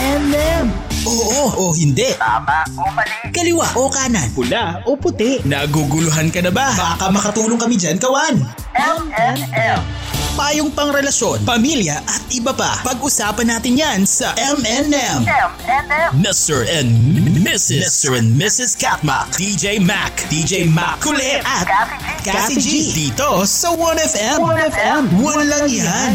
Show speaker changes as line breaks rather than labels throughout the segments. M&M. Oo o hindi.
Tama o mali.
Kaliwa o kanan.
Pula o puti.
Naguguluhan ka na ba? Baka makatulong kami dyan, kawan.
MNM.
Payong pangrelasyon, pamilya at iba pa. Pag-usapan natin yan sa M&M.
MNM.
Mr. and Mrs. Mr. and Mrs. Katma. DJ Mac. DJ Mac. Kulit at
Kathy G.
Kathy G. Dito sa 1FM.
1FM.
Walang yan.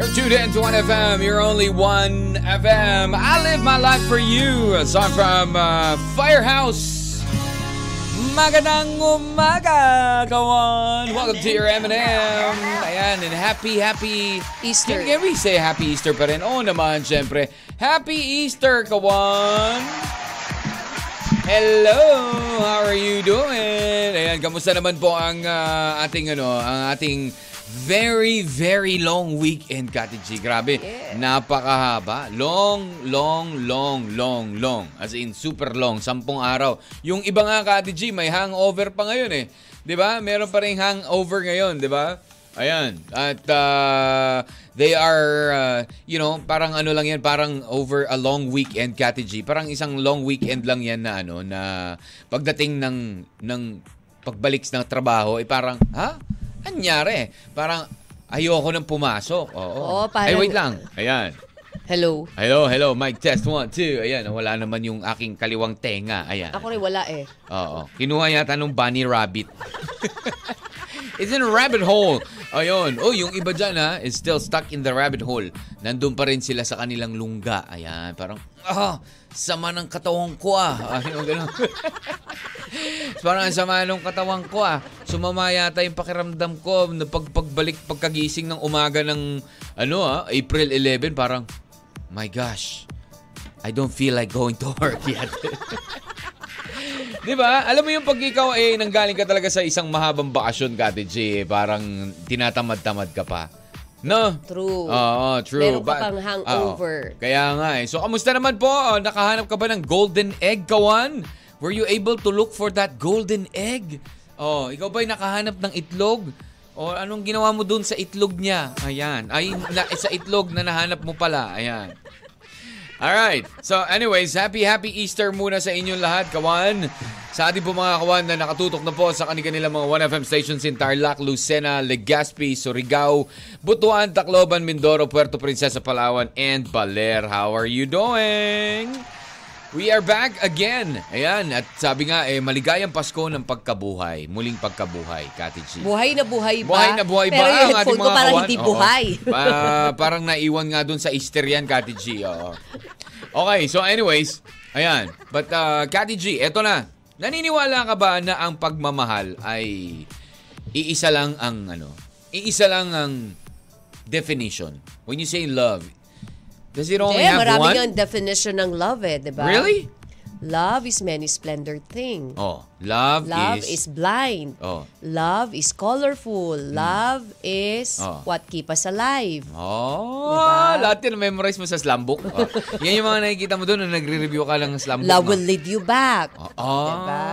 You're tuned in to 1FM. You're only 1FM. I live my life for you. A song from uh, Firehouse. Magandang umaga, kawan. Welcome to your M&M. Ayan, and happy, happy
Easter.
Can, can we say happy Easter pa rin? Oo naman, syempre. Happy Easter, kawan. Hello, how are you doing? Ayan, kamusta naman po ang ah, ating ano, ang ating very very long weekend, Kati G. Grabe, napakahaba. Long, long, long, long, long. As in super long, sampung araw. Yung iba nga Kati G, may hangover pa ngayon eh. 'Di ba? Meron pa ring hangover ngayon, 'di ba? Ayan. At uh, they are, uh, you know, parang ano lang yan, parang over a long weekend, Kati G. Parang isang long weekend lang yan na ano, na pagdating ng, ng pagbalik ng trabaho, eh parang, ha? Anyari? Parang, ayoko nang pumasok. Oo.
Oo, parang-
Ay, wait lang. Ayan.
Hello.
Hello, hello. Mic test. One, two. Ayan, wala naman yung aking kaliwang tenga. Ayan.
Ako rin wala eh.
Oo. Kinuha yata nung bunny rabbit. It's in a rabbit hole. Ayun. Oh, yung iba dyan ha, is still stuck in the rabbit hole. Nandun pa rin sila sa kanilang lungga. Ayan, parang, ah, sama ng katawang ko ah. Ayun, ganun. parang ang sama ng katawang ko ah. Sumama yata yung pakiramdam ko na pag- pagbalik, pagkagising ng umaga ng, ano ah, April 11, parang, my gosh, I don't feel like going to work yet. Di ba? Alam mo yung pag ikaw eh, nanggaling ka talaga sa isang mahabang bakasyon, Kati G, eh, parang tinatamad-tamad ka pa. No?
True.
Oo, true.
Meron ka
Ba-
pang hangover.
Oo. Kaya nga eh. So, kamusta naman po? Oh, Nakahanap ka ba ng golden egg, Kawan? Were you able to look for that golden egg? Oh, ikaw ba'y nakahanap ng itlog? O anong ginawa mo dun sa itlog niya? Ayan. Ay, na, sa itlog na nahanap mo pala. Ayan. Alright. So anyways, happy happy Easter muna sa inyong lahat, kawan. Sa ating po mga kawan na nakatutok na po sa kanilang mga 1FM stations in Tarlac, Lucena, Legazpi, Surigao, Butuan, Tacloban, Mindoro, Puerto Princesa, Palawan, and Baler. How are you doing? We are back again. Ayan, at sabi nga, eh, maligayang Pasko ng pagkabuhay. Muling pagkabuhay, Kati G.
Buhay na buhay ba?
Buhay na buhay ba
Diba? Pero
ang
yung
ating
phone ko
mga
parang
kawan?
hindi
Oo.
buhay.
Pa- parang naiwan nga dun sa Easter yan, Kati G. Oo. Okay, so anyways, ayan. But uh, Kati G, eto na. Naniniwala ka ba na ang pagmamahal ay iisa lang ang ano? Iisa lang ang definition. When you say love, does it only
eh,
have
marami
one?
nga ang definition ng love eh, di ba?
Really?
Love is many splendor thing.
Oh, love,
Love is, Diba? blind.
Oh. Hmm.
Love is colorful. Love is
Oh.
what keep us alive.
Oh,
Diba?
lahat yan memorize mo sa slam book. Oh. yan yung mga nakikita mo doon na nagre-review ka lang ng slam book.
Love
no?
will lead you back.
Oh,
Diba?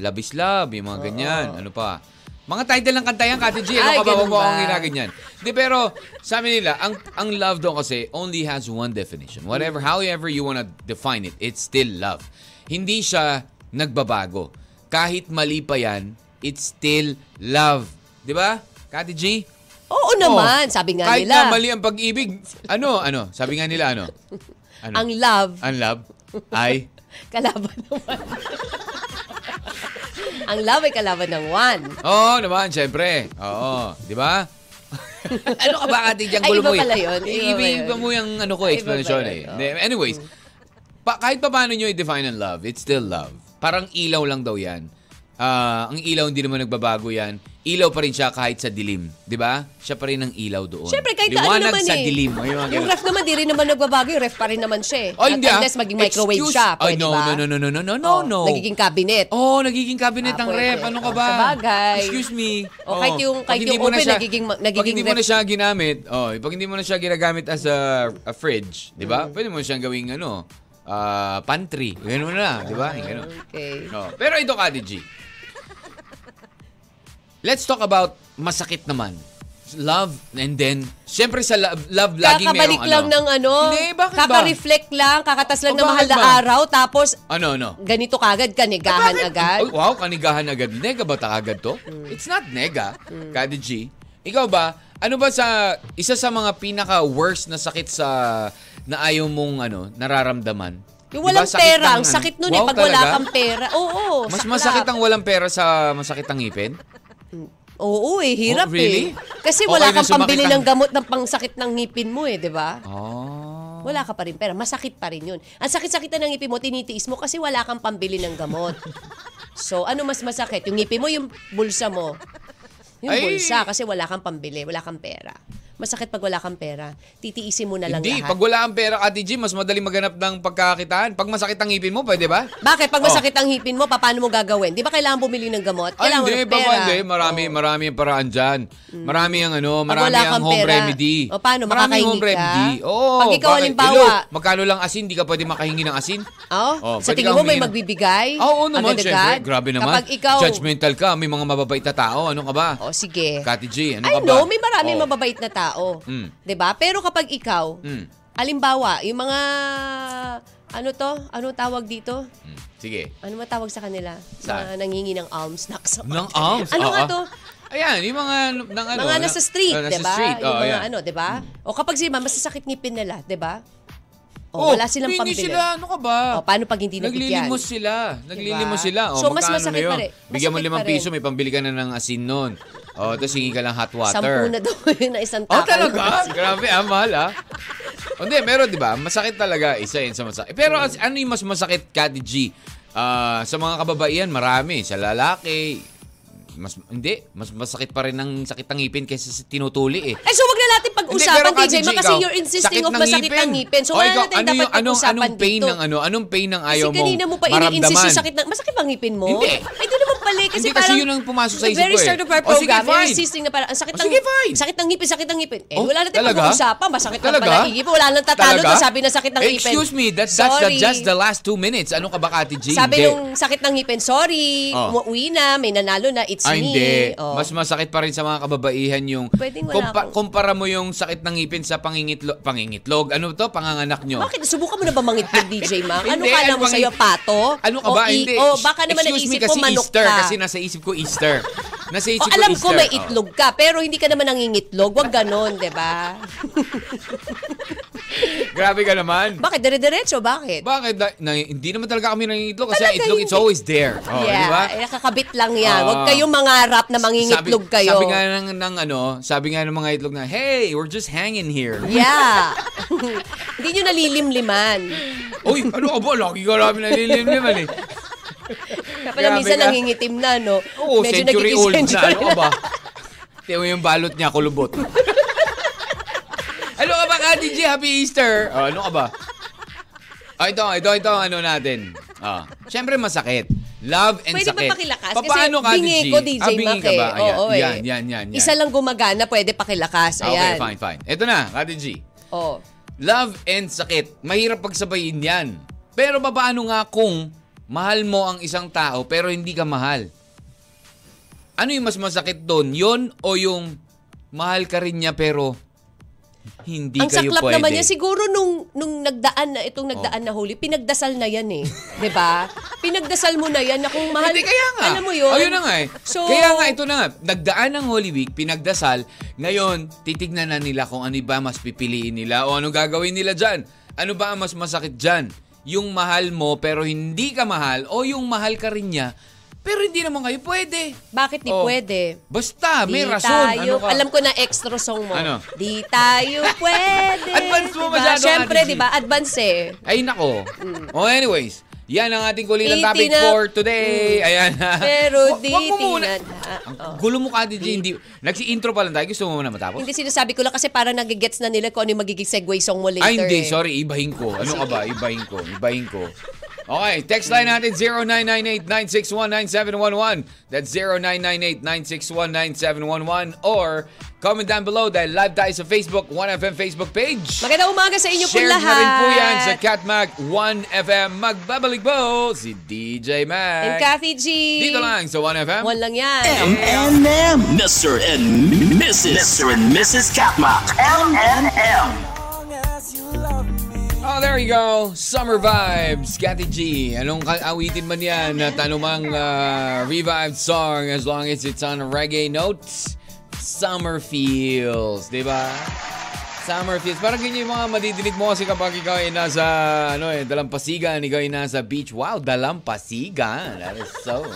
Labis love, Oh. yung mga ganyan. Ano pa? Mga title ng kanta yan, Kati G. Ano
Ay,
ka ba?
ganun
Huwag mo akong
ba?
ginaganyan. Di, pero sabi nila, ang, ang love daw kasi only has one definition. Whatever,
Hmm.
however you wanna define it, it's still love. Hindi siya nagbabago. Kahit mali pa yan, it's still love. Di ba, Kati G? Oh.
Oo naman, sabi nga
Kahit
nila.
na mali ang pag-ibig, ano, ano, sabi nga nila, ano? ano?
Ang love,
ang love ay
kalaban ng one. ang love ay kalaban ng one.
Oo naman, syempre. Oo, di ba? ano ka ba ate Jang
Ay,
gulo
iba
mo eh?
pala yun. Iba
Iba,
ba
iba
yun?
mo yung ano ko,
Ay, iba
explanation
pala
eh.
yun,
Di- Anyways, pa, kahit pa paano nyo i-define ang love, it's still love. Parang ilaw lang daw yan. Ah, ang ilaw hindi naman nagbabago yan. Ilaw pa rin siya kahit sa dilim. Di ba? Siya pa rin ang ilaw doon.
Siyempre, kahit na ano
Liwanag
naman
sa
eh.
dilim. Ay, mga
yung
ganun.
ref naman, di rin naman nagbabago. Yung ref pa rin naman siya eh.
Ay, hindi ah.
At unless maging microwave
Excuse?
siya,
Ay,
pwede
no,
ba?
no, no, no, no, no, no, no,
Oh,
no.
Nagiging cabinet.
Oh, nagiging cabinet
Ah,
ang
pwede.
rep. Ano ka
Oh,
ba?
sabagay.
Excuse me.
Oh, kahit yung-
Pag
kahit
hindi
yung
mo na
open,
siya-
nagiging ma-
Pag
nagiging
hindi mo na
rep.
siya ginamit, oh, pag hindi mo na siya ginagamit as a, a fridge, di
Mm-hmm.
ba? Pwede mo siyang gawing ano, ah, pantry. Ganun na, di ba? Ganun.
Okay.
No. Pero ito, Kati G. Let's talk about masakit naman. love and then syempre sa love, love laging may
Kakabalik lang ng ano,
Hindi, bakit ba?
kaka-reflect lang, kakatas
O,
lang ng mahal
bakit
na
ba?
araw, tapos
ano ano
ganito kagad, kanigahan
Bakit?
agad. Hmm.
Oh, wow, kanigahan agad. Nega ba ta agad to? It's not nega, Kadi G. Ikaw ba, ano ba sa, isa sa mga pinaka-worst na sakit sa, na ayaw mong, ano, nararamdaman?
Yung
Di ba,
walang
sakit
pera,
ng
ang
ano?
sakit nun eh,
Wow,
pag wala
talaga?
kang pera. Oo,
Mas
saklap.
masakit ang walang pera sa masakit ang ngipin?
Oo eh, hirap
Oh, really?
eh. Kasi
Okay
wala
na
kang
sumakit
pambili
ang-
ng gamot ng pangsakit ng ngipin mo eh, di ba?
Oh.
Wala ka pa rin pera. Masakit pa rin yun. Ang sakit-sakit na ng ngipin mo, tinitiis mo kasi wala kang pambili ng gamot. so, ano mas masakit? Yung ngipin mo, yung bulsa mo. Yung
Ay!
bulsa kasi wala kang pambili, wala kang pera. Masakit pag wala kang pera. Titiisin mo na lang
Hindi,
lahat.
pag wala ang pera, Kati G, mas madaling maghanap ng pagkakitaan. Pag masakit ang ngipin mo, pwede ba?
Bakit? Pag
Oh.
masakit ang ngipin mo, pa- paano mo gagawin? Di ba kailangan bumili ng gamot?
Ay,
Kailangan
hindi,
ng
baka
pera.
hindi. Marami,
Oo.
marami ang paraan dyan. Marami ang ano, marami
wala
ang
kang
home
pera,
remedy.
o paano,
Marami
makakahingi
home
ka?
remedy. Oo.
Pag ikaw,
bakit?
halimbawa-
Hello, magkano lang asin, di ka pwede makahingi ng asin?
Oh,
Oh,
sa
pwede ka
tingin mo may
humingi ng-
magbibigay?
Ah, Oo naman,
Agad-agad?
syempre. Grabe naman.
Kapag ikaw...
Judgmental ka, may mga mababait na tao. Ano ka ba?
Oh, sige.
Kati G, ano ka
I
ba?
know, may maraming
Oo.
mababait na tao.
Mm.
'Di ba? Pero kapag ikaw,
Mm.
alimbawa, yung mga ano to? Ano tawag dito?
Hmm, Sige.
Ano matawag sa kanila? Mga
Saan?
nangingi ng alms na sa
Ng arms.
Ano
oo.
nga to?
Ayan, yung mga, ng ano,
mga nasa street,
Ah,
'di
nasa
ba?
street,
yung
oo,
mga
ayan.
ano, 'di ba? O kapag sila masasakit ngipin nila, 'di ba?
Oh,
O wala silang
hindi
pambili.
sila, ano ka ba?
O paano pag hindi nabigyan?
Naglilimos sila. Naglilimos
Diba?
sila. O,
So, mas
magkano
masakit
na yun?
pa rin.
Bigyan mo
Masakit
limang
pa rin.
piso, may pambili ka na ng asin nun. O, tapos hingi ka lang hot water.
Sampu na daw yun na isang
Oh,
takal.
talaga? Grabe, ah, mahal ah. O, Hindi, meron, di ba? Masakit talaga. Isa yun sa masakit. Pero as- ano yung mas masakit, Kati G? Ah, sa mga kababaihan, marami. Sa lalaki, mas hindi mas masakit pa rin ang sakit ng ngipin kaysa sa tinutuli eh
Eh, so wag na natin
pero
pag-usapan,
Kati
TJ,
G,
Ma, kasi
ikaw,
you're insisting
sakit
of masakit ng ngipin. So,
O,
wala
ikaw,
natin
ano
dapat
yung- anong,
pag-usapan
anong pain
dito.
ng ano? Anong pain ng
Kasi
ayaw mong
kanina mo pa ini-insist yung sakit ng... Masakit bang ngipin mo?
Hindi.
Ay, di naman pala. eh, Kasi
Hindi, kasi
parang
yun ang pumasok sa
the
isip
very
ko eh.
start of
O,
our
sige,
program, you're
fine.
insisting na parang, ang sakit
O,
ng...
sige, fine.
Sakit ng ngipin, sakit ng ngipin. Eh,
Oh,
wala natin
talaga?
pag-uusapan. Masakit ng
Talaga?
pala ngipin. Wala nang tatalo
Talaga?
doon. Sabi na sakit ng ngipin.
Excuse me, that's, that's the-
Sorry.
just the last two minutes. Ano ka ba, Kati G?
Sabi
Hindi.
nung sakit ng ngipin, sorry,
Oh.
umuwi na, may nanalo na, it's
Ah,
me.
hindi.
Oh.
Mas masakit pa rin sa mga kababaihan yung...
Pwedeng wala akong-
Kumpara mo yung sakit ng ngipin sa pangingitlog. Pangingitlog? Ano to? Panganganak nyo?
Bakit? Subukan mo na ba mangitlog, DJ Mac? Ano
Hindi,
kala mo
bang-
sa'yo, pato?
Ano ka
O
ba?
i-
Hindi.
O, baka naman
Excuse me,
naisip
kasi
ko manok
Easter,
ka.
Kasi nasa isip ko Easter. Nasa
O
isip ko
alam
Easter.
ko may
Oh.
itlog ka, pero hindi ka naman nangingitlog. Huwag ganon, di ba?
Oh. Grabe ka naman.
Bakit? Dire-diretso, bakit?
Bakit? Na, na- hindi naman talaga kami nangingitlog kasi ang
Talaga
itlog, it's
hindi.
always there. Oh,
yeah,
di ba?
eh, nakakabit lang yan.
Ah.
Huwag kayong mangarap na mangingitlog
sabi,
kayo.
Sabi nga ng, ng ano, sabi nga ng mga itlog na, hey, we're just hanging here.
Yeah. hindi nyo nalilimliman.
Uy, ano ka ba? Lagi ka namin nalilimliman eh.
Kaya pala
Grabe
minsan
ka.
nangingitim na, no?
Oo, century old na.
nagkiki-century
Ano ka ba? Tiyo yung balot niya, kulubot. ano ka ba, Kati G? Happy Easter! Oh, ano ka ba? Oh, ito, ito, ito ang ano natin. Oh, Siyempre masakit. Love and
Pwede
sakit.
ba pakilakas?
Paano,
Kasi
Kati
bingi
G?
ko, DJ
Ah, bingi
Mac,
ka ba?
eh.
Ayan,
Oo, eh.
yan, yan, yan, yan.
Isa lang gumagana, pwede pakilakas.
Ah,
Ayan.
Okay, fine, fine. Ito na, Kati G.
Oo.
Love and sakit. Mahirap pagsabayin yan. Pero paano nga kung mahal mo ang isang tao pero hindi ka mahal? Ano yung mas masakit doon? Yon o yung mahal ka rin niya pero hindi
Ang
kayo
saklap
pwede? Oh.
naman niya siguro nung nung nagdaan na itong nagdaan na huli, pinagdasal na 'yan eh, 'di ba? Pinagdasal mo na 'yan na kung mahal.
Hindi, Eh, kaya nga.
Alam mo 'yun.
Ayun na nga eh.
So,
kaya nga, ito na nga. Nagdaan ng Holy Week, pinagdasal. Ngayon, titignan na nila kung ano ba mas pipiliin nila o ano gagawin nila dyan. Ano ba ang mas masakit dyan? Yung mahal mo pero hindi ka mahal o yung mahal ka rin niya pero hindi naman kayo pwede.
bakit di
Oh.
pwede?
Basta, may
Di
rason. ano
Tayo,
ka?
Alam ko na extra song mo.
Ano?
Di tayo pwede.
Advance mo
Diba?
masyado,
Siyempre,
Ate G.
di ba? Advance eh.
Ay, nako.
Mm.
Oh, anyways. Yan ang ating kulitan topic
Titina-
for today. Ayan.
Mm. Pero
Wa-
di
wag mo muna.
tingnan.
Ang gulo mo ka, DJ. Hindi, nagsi-intro pa lang tayo. Gusto mo muna matapos?
Hindi sinasabi ko lang kasi para nagigets na nila kung ano yung magiging segue song mo later.
Ay, hindi.
eh.
Sorry. Ibahin ko. Ano ka ba? Ibahin ko. Ibahin ko. Okay, text line natin 0998-961-9711. That's 0998-961-9711. Or comment down below dahil live tayo sa Facebook, 1FM Facebook page.
Magandang umaga sa inyo po
Shared
lahat.
na rin po yan sa Catmag 1FM. Magbabalik po si DJ Mac.
And Kathy G.
Dito lang sa 1FM.
One lang yan.
Mr. and Mrs. Mr. and Mrs. Katmak.
MNM.
Oh, there you go. Summer vibes, Kathy G. Anong ka- awitin man yan at anumang uh, revived song as long as it's on a reggae notes, summer feels, di ba? Summer feels. Parang ganyan yung mga madidinig mo kasi kapag ikaw ay nasa, ano eh, dalampasigan, ikaw ay nasa beach. Wow, dalampasigan. That is so.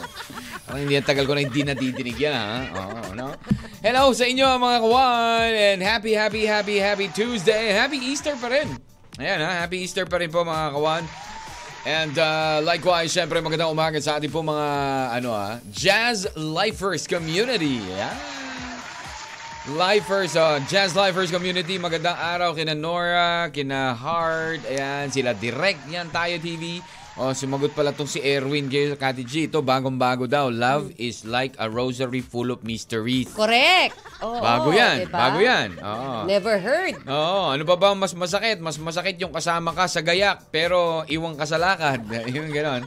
Parang hindi ang tagal ko na hindi nadidinig yan, ha? Oo, no? Hello sa inyo, mga kawan. And happy, happy, happy, happy Tuesday. Happy Easter pa rin. Ayan ha, happy Easter pa rin po mga kawan. And uh, likewise, syempre magandang umaga sa ating po mga ano ha, Jazz Lifers Community. Ayan. Lifers, uh, Jazz Lifers Community. Magandang araw kina Nora, kina Hard, ayan, sila Direct, yan tayo TV. O, sumagot pala tong si Erwin Gale Kati G. Ito, bagong-bago daw. Love
Mm.
is like a rosary full of mysteries.
Correct. Oo,
Bago yan,
diba?
bago yan. Oo.
Never heard.
Oo, ano pa ba ang mas masakit? Mas masakit yung kasama ka sa gayak pero iwang ka sa lakad. yung gano'n.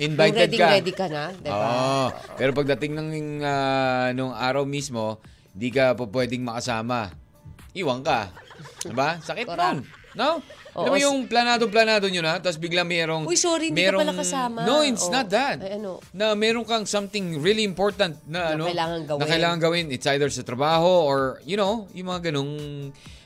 Yung
Invited
ready,
ka. Oh,
ready ka na, diba?
Oo, pero pagdating ng ah, nung araw mismo, di ka po pwedeng makasama. Iwang ka. Diba? Sakit
Correct.
nun. No? Alam
Oo,
mo yung planado-planado nyo na, tapos bigla merong...
Uy, sorry, hindi ka
merong-
pala kasama.
No, it's
Oo.
not that.
Ay, ano?
Na meron kang something really important na,
Na
ano...
kailangan gawin.
Na kailangan gawin. It's either sa trabaho or, you know, yung mga ganong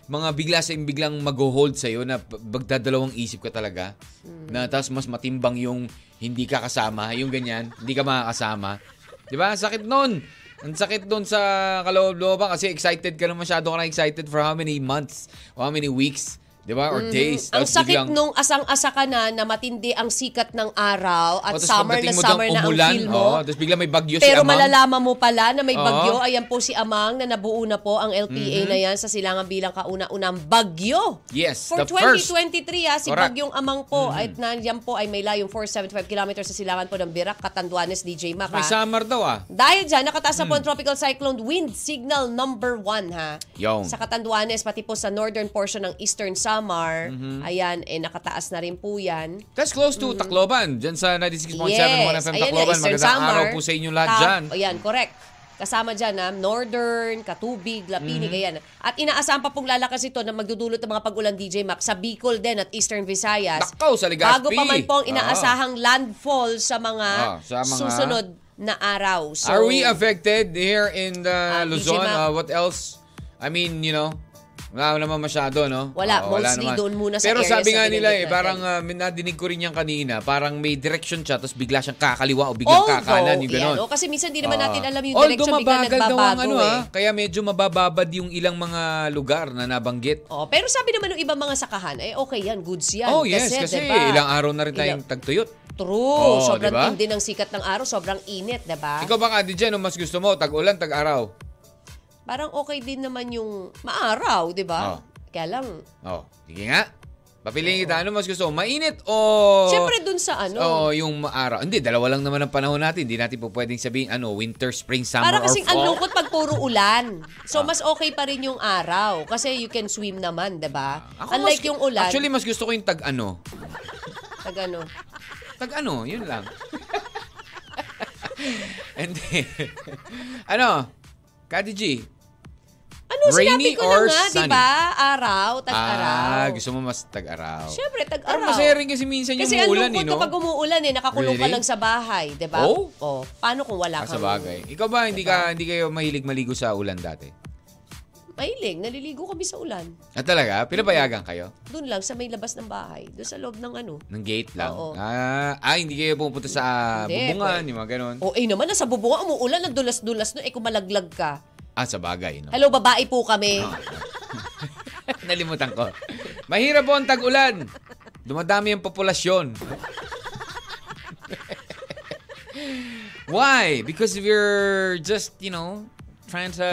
mga bigla sa biglang mag-hold sa'yo na p- magdadalawang isip ka talaga.
Hmm.
Na tapos mas matimbang yung hindi ka kasama, yung ganyan, hindi ka makakasama. Di ba? Sakit nun. Ang sakit nun sa kaloob-looban kasi excited ka na masyado ka na excited for how many months or how many weeks, di ba? Or days.
Hmm. Ang
Tapos
sakit
biglang-
nung asang-asa ka na na matindi ang sikat ng
O,
araw at
Oh, tapos
summer na
pagdating mo
summer
dang
na ang
umulan,
feel
oo,
mo.
tapos bigla may bagyo si Amang.
Pero
Oh.
malalaman mo pala na may
Oo.
bagyo. Ayan po si Amang na nabuo na po ang
Mm-hmm.
LTA na yan sa silangan bilang kauna-unang bagyo.
Yes,
For
the first.
2023 ha, si
Correct. Mm-hmm.
Bagyong Amang po at nandiyan po ay may layong 475 kilometers sa silangan po ng Birak, Catanduanes, DJ Mac.
May Mm.
ha.
summer daw ah.
Dahil dyan, nakataas na po ang tropical cyclone wind signal number one ha.
Yun.
Sa Catanduanes, pati po sa northern portion ng Eastern Samar,
Mm-hmm.
ayan, eh, nakataas na rin po yan.
That's close to Tacloban. Diyan sa 96.7 yes. FM
ayan Mm. na,
Tacloban.
Eastern
Magandang
Samar.
araw po sa inyo lahat
Tap-
dyan.
Ayan, correct. Kasama dyan, ha? Northern, Katubig, Lapinig,
Mhm.
ayan. At inaasahan pa pong lalakas ito na magdudulot ng mga pag-ulan DJ Mac sa Bicol din at Eastern Visayas.
Nakaw, sa Legazpi.
Bago pa man
Oo.
pong inaasahang landfall sa mga,
Ah, sa mga-
susunod na araw. So,
Are we affected here in the
Ah,
Luzon?
medyo
Uh,
ma-
what else? I mean, you know, wala naman masyado, no?
Wala,
Oo,
mostly doon muna sa
Pero
areas
sabi
na
nga nila eh,
binanggit natin.
parang uh, nadinig ko rin yan kanina, parang may direction siya, tapos bigla siyang kakaliwa o biglang
Although,
kakanan, yung
yan,
gano'n.
oh, kasi minsan di naman
Ah.
natin alam yung
Although
direction bigla
mabagal daw ang
nagbabago
ano,
eh.
ah, kaya medyo mabababad yung ilang mga lugar na nabanggit.
Oh, pero sabi naman ng ibang mga sakahan, eh okay yan, goods yan.
Oh, yes, kasi,
diba?
ilang araw na rin tayong
Ilang-
tagtuyot.
True.
Oo,
sobrang
diba?
tindi ng sikat ng araw, sobrang init, 'di ba?
Ikaw ba, Kati Jen, ano mas gusto mo? Tag-ulan, tag-araw?
Parang okay din naman yung maaraw, 'di
Oo.
ba? Kaya lang,
Oh, sige nga. Papiliin kita, ano mas gusto mo? Mainit o...
syempre dun sa ano,
Oo, yung araw. Hindi, dalawa lang naman ang panahon natin. Hindi natin po pwedeng sabihin, ano, winter, spring, summer,
para
or
kasing ang
fall.
lungkot pag puro ulan.
Ah.
So mas okay pa rin yung araw kasi you can swim naman, 'di ba? Unlike
Ah, mas-
yung ulan,
Actually, mas gusto ko yung tag-ano.
pag ano.
Tag-ano, yun lang. And then, ano, Kati G,
Ano sinabi
Rainy
ko
or
na nga, 'di
sunny?
ba? Araw, tag-araw.
ah, gusto mo mas tag-araw.
Syempre tag-araw.
Parang masaya rin kasi minsan yung
Kasi ang
umuulan, eh,
lungkot
no?
kapag umuulan eh, nakakulong ka
Really?
lang sa bahay, 'di ba?
Oh?
Oh, paano kung wala
Ah,
kang
sa bagay. Ikaw ba, hindi, ka, hindi kayo mahilig maligo sa ulan dati?
Mahilig, naliligo kami sa ulan.
Ah, talaga? Pinapayagan kayo?
Doon lang sa may labas ng bahay, doon sa loob ng ano.
Ng gate lang?
Oo.
Ah, ah, hindi kayo pupunta sa
Hindi,
bubungan,
pwede.
yung mga ganun.
O eh naman, nasa bubunga, umuulan, nagdulas-dulas no, eh kumalaglag ka.
Ah, sa bagay, no?
Hello, babae po kami.
Ah, Nalimutan ko. Mahirap po ang tag-ulan. Dumadami ang populasyon. Why? Because we're just, you know, trying to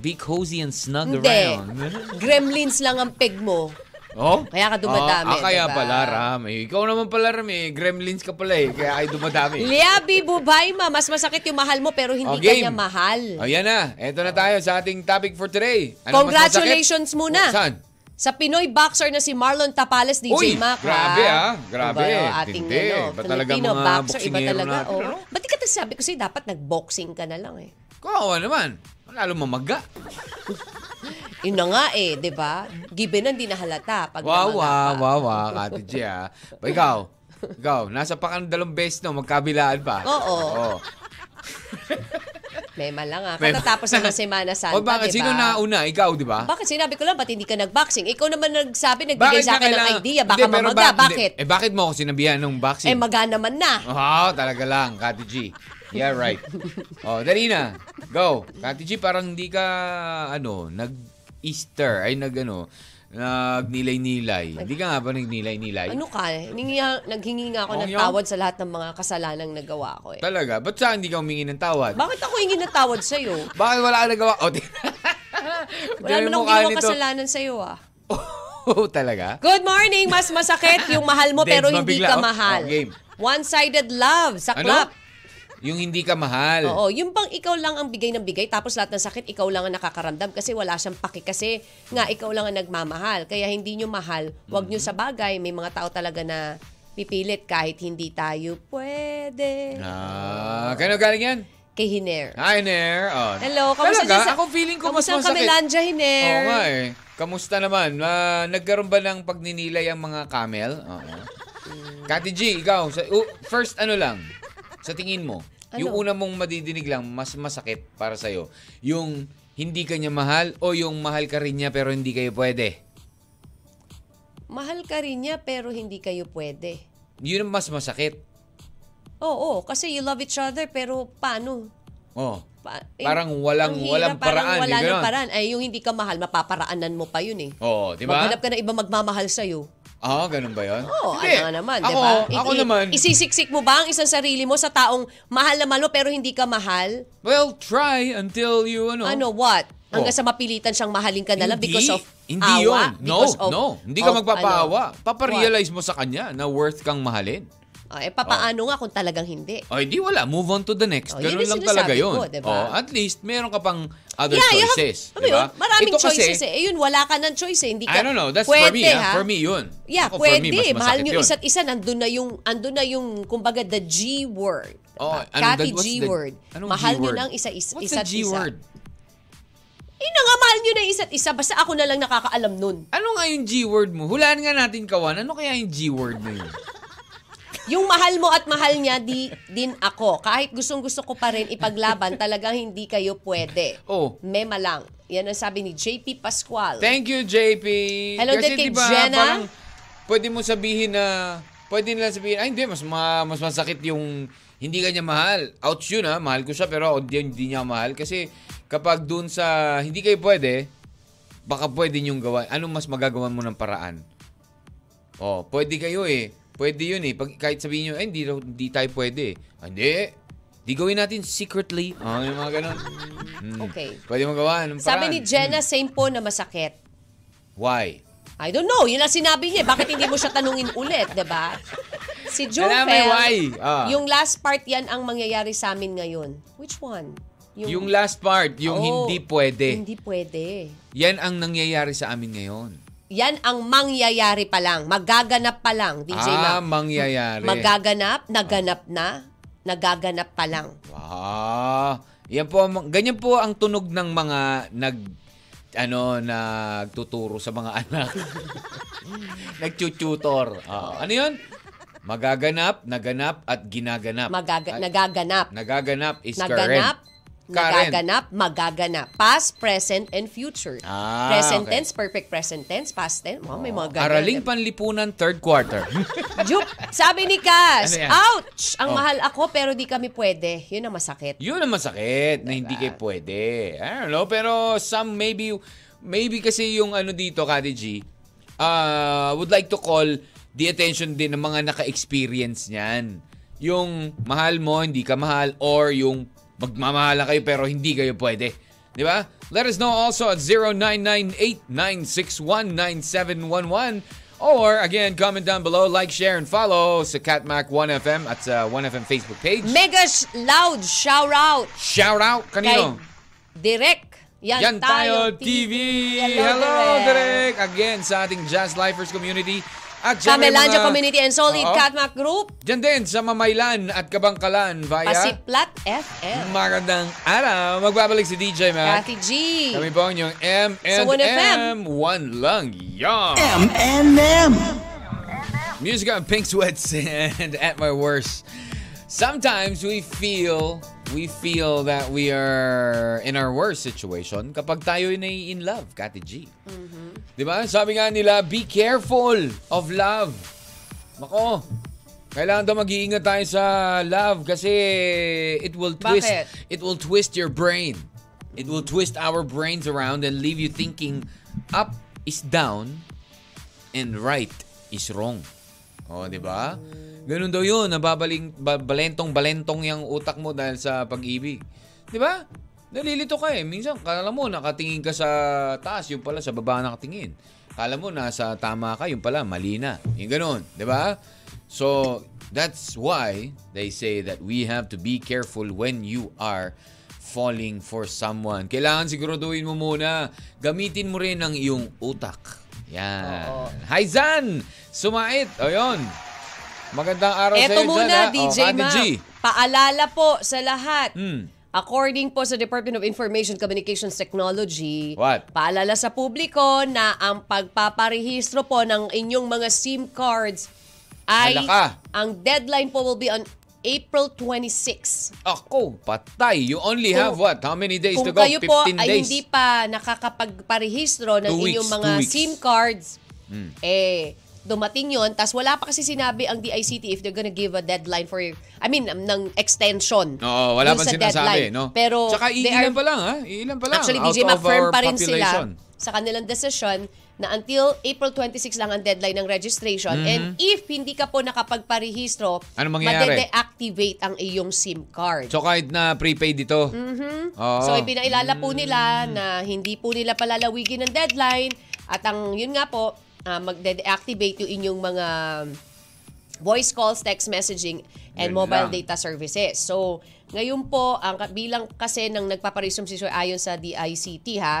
be cozy and snug ano
Hindi.
around.
Gremlins lang ang peg mo.
Oh?
Kaya ka dumadami,
Ah, ah, kaya
diba?
pala, Ram. Eh, ikaw naman pala, Ram. Eh. Gremlins ka pala eh. Kaya ay dumadami.
Liabi bubay ma, mas masakit yung mahal mo pero hindi
Oh, game.
ka niya mahal.
O yan na. Eto na tayo sa ating topic for today. Ano mas masakit?
Congratulations muna.
Oh, Saan?
Sa Pinoy boxer na si Marlon Tapales
Uy,
DJ Mac.
grabe, ah. Grabe.
Diba, yung ating
Hindi.
ano,
Ba't talagang
Filipino
mga
boxer, iba
boksingero
talaga.
natin,
oh.
ano?
Ba't di ka sabi ko sa'yo, dapat nag-boxing ka na lang eh.
Kawawa naman. Lalo mamaga.
Yun na nga eh, di ba? Given na hindi nahalata. Pag
Wawa,
namangapa.
wawa, Kati G, ah. Pa ikaw, ikaw, nasa pa ka ng dalawang beses no, magkabilaan pa.
Oo.
Oh.
May malang ah.
May-
Katatapos na ng Semana Santa, diba?
o bakit,
di
sino
ba?
nauna? Ikaw, di ba?
Bakit sinabi ko lang, ba't hindi ka nag-boxing? Ikaw naman nagsabi, nagbigay sa
ka
akin ng
kailangan-
idea. Baka
Hindi, pero
mamaga.
ba- hindi.
bakit?
Eh, bakit mo ako sinabihan ng boxing?
Eh, maga naman na.
Oo, talaga lang, Kati G. Yeah, right. oh, dali na. Go. Kati G, parang hindi ka, ano, nag-Easter, ay nag, ano, nagnilay-nilay. Hindi ka nga ba nagnilay-nilay?
Ano ka? Nanghingi, naghingi nga ako
Oo,
ng
yun.
tawad sa lahat ng mga kasalanang nagawa ko eh.
Talaga? Ba't saan hindi ka humingi ng tawad?
Bakit ako hingi ng tawad sa'yo?
Bakit wala ka nagawa? Oh, O, tingnan.
Wala naman akong ginawa kasalanan sa'yo ah.
Oo, Oh, talaga?
Good morning! Mas masakit yung mahal mo pero
Dance,
hindi
mabigla.
ka
Oh,
mahal.
oh, game. Ano?
One-sided love, saklap.
Yung hindi ka mahal.
Oo, yung bang ikaw lang ang bigay ng bigay tapos lahat ng sakit ikaw lang ang nakakaramdam kasi wala siyang paki kasi nga ikaw lang ang nagmamahal. Kaya hindi nyo mahal, wag nyo
Mm-hmm.
sa bagay. May mga tao talaga na pipilit kahit hindi tayo pwede.
Ah, kano galing yan?
Kay Hiner.
Hi, Nair. Oh.
Hello, kamusta
Talaga?
dyan sa-
Ako feeling ko mas
kamusta ang
masakit.
Kamelanja,
Oo
Hiner?
nga eh. Kamusta naman? Ah, nagkaroon ba ng pagninilay ang mga camel? Oo.
Hmm.
Kati G, ikaw, sa, oh, first ano lang, sa tingin mo,
Ano?
yung una mong madidinig lang, mas masakit para sa'yo, yung hindi ka niya mahal o yung mahal ka rin niya pero hindi kayo pwede?
Mahal ka rin niya pero hindi kayo pwede.
Yun ang mas masakit.
Oo, kasi you love each other pero paano?
Oh.
Pa- eh,
Parang walang-
ang hirap,
walang paraan,
Parang wala
eh,
nang
ganun.
paraan. Ay, yung hindi ka mahal, mapaparaanan mo pa yun eh.
Oo, di ba?
Maghanap ka ng iba magmamahal sa'yo.
Ah, ganun ba yun?
Oo,
Hindi.
ano nga naman,
ako,
di ba? I-
Ako
i-
naman,
Isisiksik mo ba ang isang sarili mo sa taong mahal na malo pero hindi ka mahal?
well, try until you, ano.
Ano, what? Hanggang
Oh.
sa mapilitan siyang mahalin ka na lang
Hindi.
because of
Hindi
awa?
yun. No,
because of,
no. Hindi ka
of
magpapaawa.
ano?
Paparealize mo sa kanya na worth kang mahalin.
What? Ah, eh,
Oh.
papaano nga kung talagang hindi?
Ay, di wala. Move on to the next.
Oh,
Ganun
yun ang
lang
sinasabi
talaga yun.
ko, diba?
Oh, at least, meron ka pang other
you have-
choices. di
Ano
ba?
yun? Maraming
Ito kasi,
choices eh. Eh, yun, wala ka ng choice eh. Hindi ka,
I don't know. That's for
pwede,
me. ah.
ha?
For me, yun.
Yeah,
Ako, for
pwede.
me, mas masakit
Mahal nyo
yun.
isa't isa. Nandun na yung, andun na yung, kumbaga, the G word.
Oh,
Diba?
ano,
Kati
that- what's
G
the-
word.
anong
mahal nyo
G-word?
ng isa, is,
What's the
isa't
G
isa.
word?
Eh, na nga, mahal nyo na isa't isa. Basta ako na lang nakakaalam nun.
Ano nga yung G word mo? Hulaan nga natin, Kawan. Ano kaya yung G word na yun?
Yung mahal mo at mahal niya, di din ako. Kahit gustong gusto ko pa rin ipaglaban, talagang hindi kayo pwede.
Oh.
Mema lang. Yan ang sabi ni JP Pascual.
Thank you, JP.
Hello
Kasi
din kay
diba,
Jenna.
Parang pwede mo sabihin na, pwede nila sabihin, ay hindi, mas, ma, mas masakit yung hindi ka niya mahal. Ouch yun ha, mahal ko siya pero hindi, hindi niya ako mahal. Kasi kapag dun sa hindi kayo pwede, baka pwede niyong gawa. Ano mas magagawa mo ng paraan? Oh, pwede kayo eh. Pwede yun eh. Pag, kahit sabihin nyo, eh, hindi, raw- hindi tayo pwede. Ah, Hindi. Di gawin natin secretly. Oh, yung mga ganun. Hmm.
Okay.
Pwede mo gawa. Anong paraan?
Sabi ni Jenna, same po na masakit.
Why?
I don't know. Yun ang sinabi niya. Bakit hindi mo siya tanungin ulit, di ba? Si Jofel,
Alam mo yung why. Ah.
yung last part yan ang mangyayari sa amin ngayon. Which one?
Yung, last part, yung
Oo.
hindi pwede.
Hindi pwede.
Yan ang nangyayari sa amin ngayon.
Yan ang mangyayari pa lang. Magaganap pa lang, DJ
ah,
Mac.
mangyayari.
Magaganap, naganap na, nagaganap pa lang.
wow. Yan po, ang- ganyan po ang tunog ng mga nag ano nagtuturo sa mga anak. Nagtututor. Ah, ano 'yun? Magaganap, naganap at ginaganap.
Magaga-
Ay,
nagaganap.
nagaganap is
Naganap,
current. Current.
nagaganap, magaganap. Past, present, and future.
Ah,
present
okay.
tense, perfect present tense, past tense. Wow, may mga ganyan.
Araling panlipunan third quarter.
Jup, sabi ni
Ano
Cass,
yan?
ouch! Ang
Oh.
mahal ako pero di kami pwede. Yun ang masakit.
Yun ang masakit na hindi kayo pwede. I don't know, pero some maybe, maybe kasi yung ano dito, Kati G, uh, would like to call the attention din ng mga naka-experience niyan. Yung mahal mo, hindi ka mahal, or yung magmamahalan kayo pero hindi kayo pwede. Di ba? Let us know also at 0998-961-9711 or again, comment down below, like, share, and follow sa Catmac 1FM at sa 1FM Facebook page.
Mega sh- loud shout out
Shout out
kay
kanino?
Direk. Yan,
Yan tayo, TV! Hello, Direk!
Direk.
Again sa ating Jazz Lifers community at sa may
Camelanjo
mga-
Community and Solid
Oo.
Catmac Group.
Diyan din sa Mamaylan at Kabangkalan via
Pasiplat FM.
Magandang Araw. Magbabalik si DJ Mac.
Kathy G.
Kami po ang inyong
Sa 1FM.
M&M. One lang yan.
M&M.
Music on Pink Sweats and At My Worst. Sometimes we feel, we feel that we are in our worst situation kapag tayo ay in love, Kati G. Di ba? Sabi nga nila, be careful of love. Nako, kailangan daw mag-iingat tayo sa love kasi it will twist,
Bakit?
it will twist your brain. It will twist our brains around and leave you thinking up is down and right is wrong. O, Oh, di ba? Ganun daw yun, nababaling, ba- balentong-balentong yung utak mo dahil sa pag-ibig. Di ba? Nalilito ka eh. Minsan, kala mo, nakatingin ka sa taas, yung pala sa baba nakatingin. Kala mo, nasa tama ka, yung pala, mali na. Yung ganun, di ba? So, that's why they say that we have to be careful when you are falling for someone. Kailangan siguraduhin mo muna, gamitin mo rin ang iyong utak. Yan. Hi, Zan! Sumait! O, yun. Magandang araw sa
Eto
iyo,
muna,
Zan. ha? O,
DJ
Ate
Mac.
G.
Paalala po sa lahat.
Hmm.
According po sa Department of Information Communications Technology,
What?
paalala sa publiko na ang pagpaparehistro po ng inyong mga SIM cards ay
Alaka.
ang deadline po will be on April 26.
Ako, patay. You only
Kung-
have what? How many days
Kung
to go?
kayo po
15
ay
days.
hindi pa nakakapagparehistro ng
Two
inyong
weeks,
mga
two weeks. Hmm.
SIM cards, eh, dumating yon tas wala pa kasi sinabi ang DICT if they're gonna give a deadline for, I mean, um, ng extension.
Oo, wala
dun
pa
sa
sinasabi,
deadline.
no?
Pero,
Tsaka
they
iilan
are-
pa lang, ha? Iilan pa lang.
Actually,
out
DJ,
of
ma-firm
our
pa rin
population.
sila sa kanilang desisyon na until April 26 lang ang deadline ng registration.
Mm-hmm.
And if hindi ka po nakapagparehistro,
Ano mangyayari?
madedeactivate ang iyong SIM card.
So, kahit na prepaid ito. Oo.
Mm-hmm. So ipinailala po nila
Hmm.
na hindi po nila palalawigin ang deadline at ang yun nga po ah, magde-deactivate yung inyong mga voice calls, text messaging and
Yun
mobile
lang.
data services. So ngayon po ang ka- bilang kasi ng nagpaparisum si Sir ayon sa DICT
Hmm.
ha,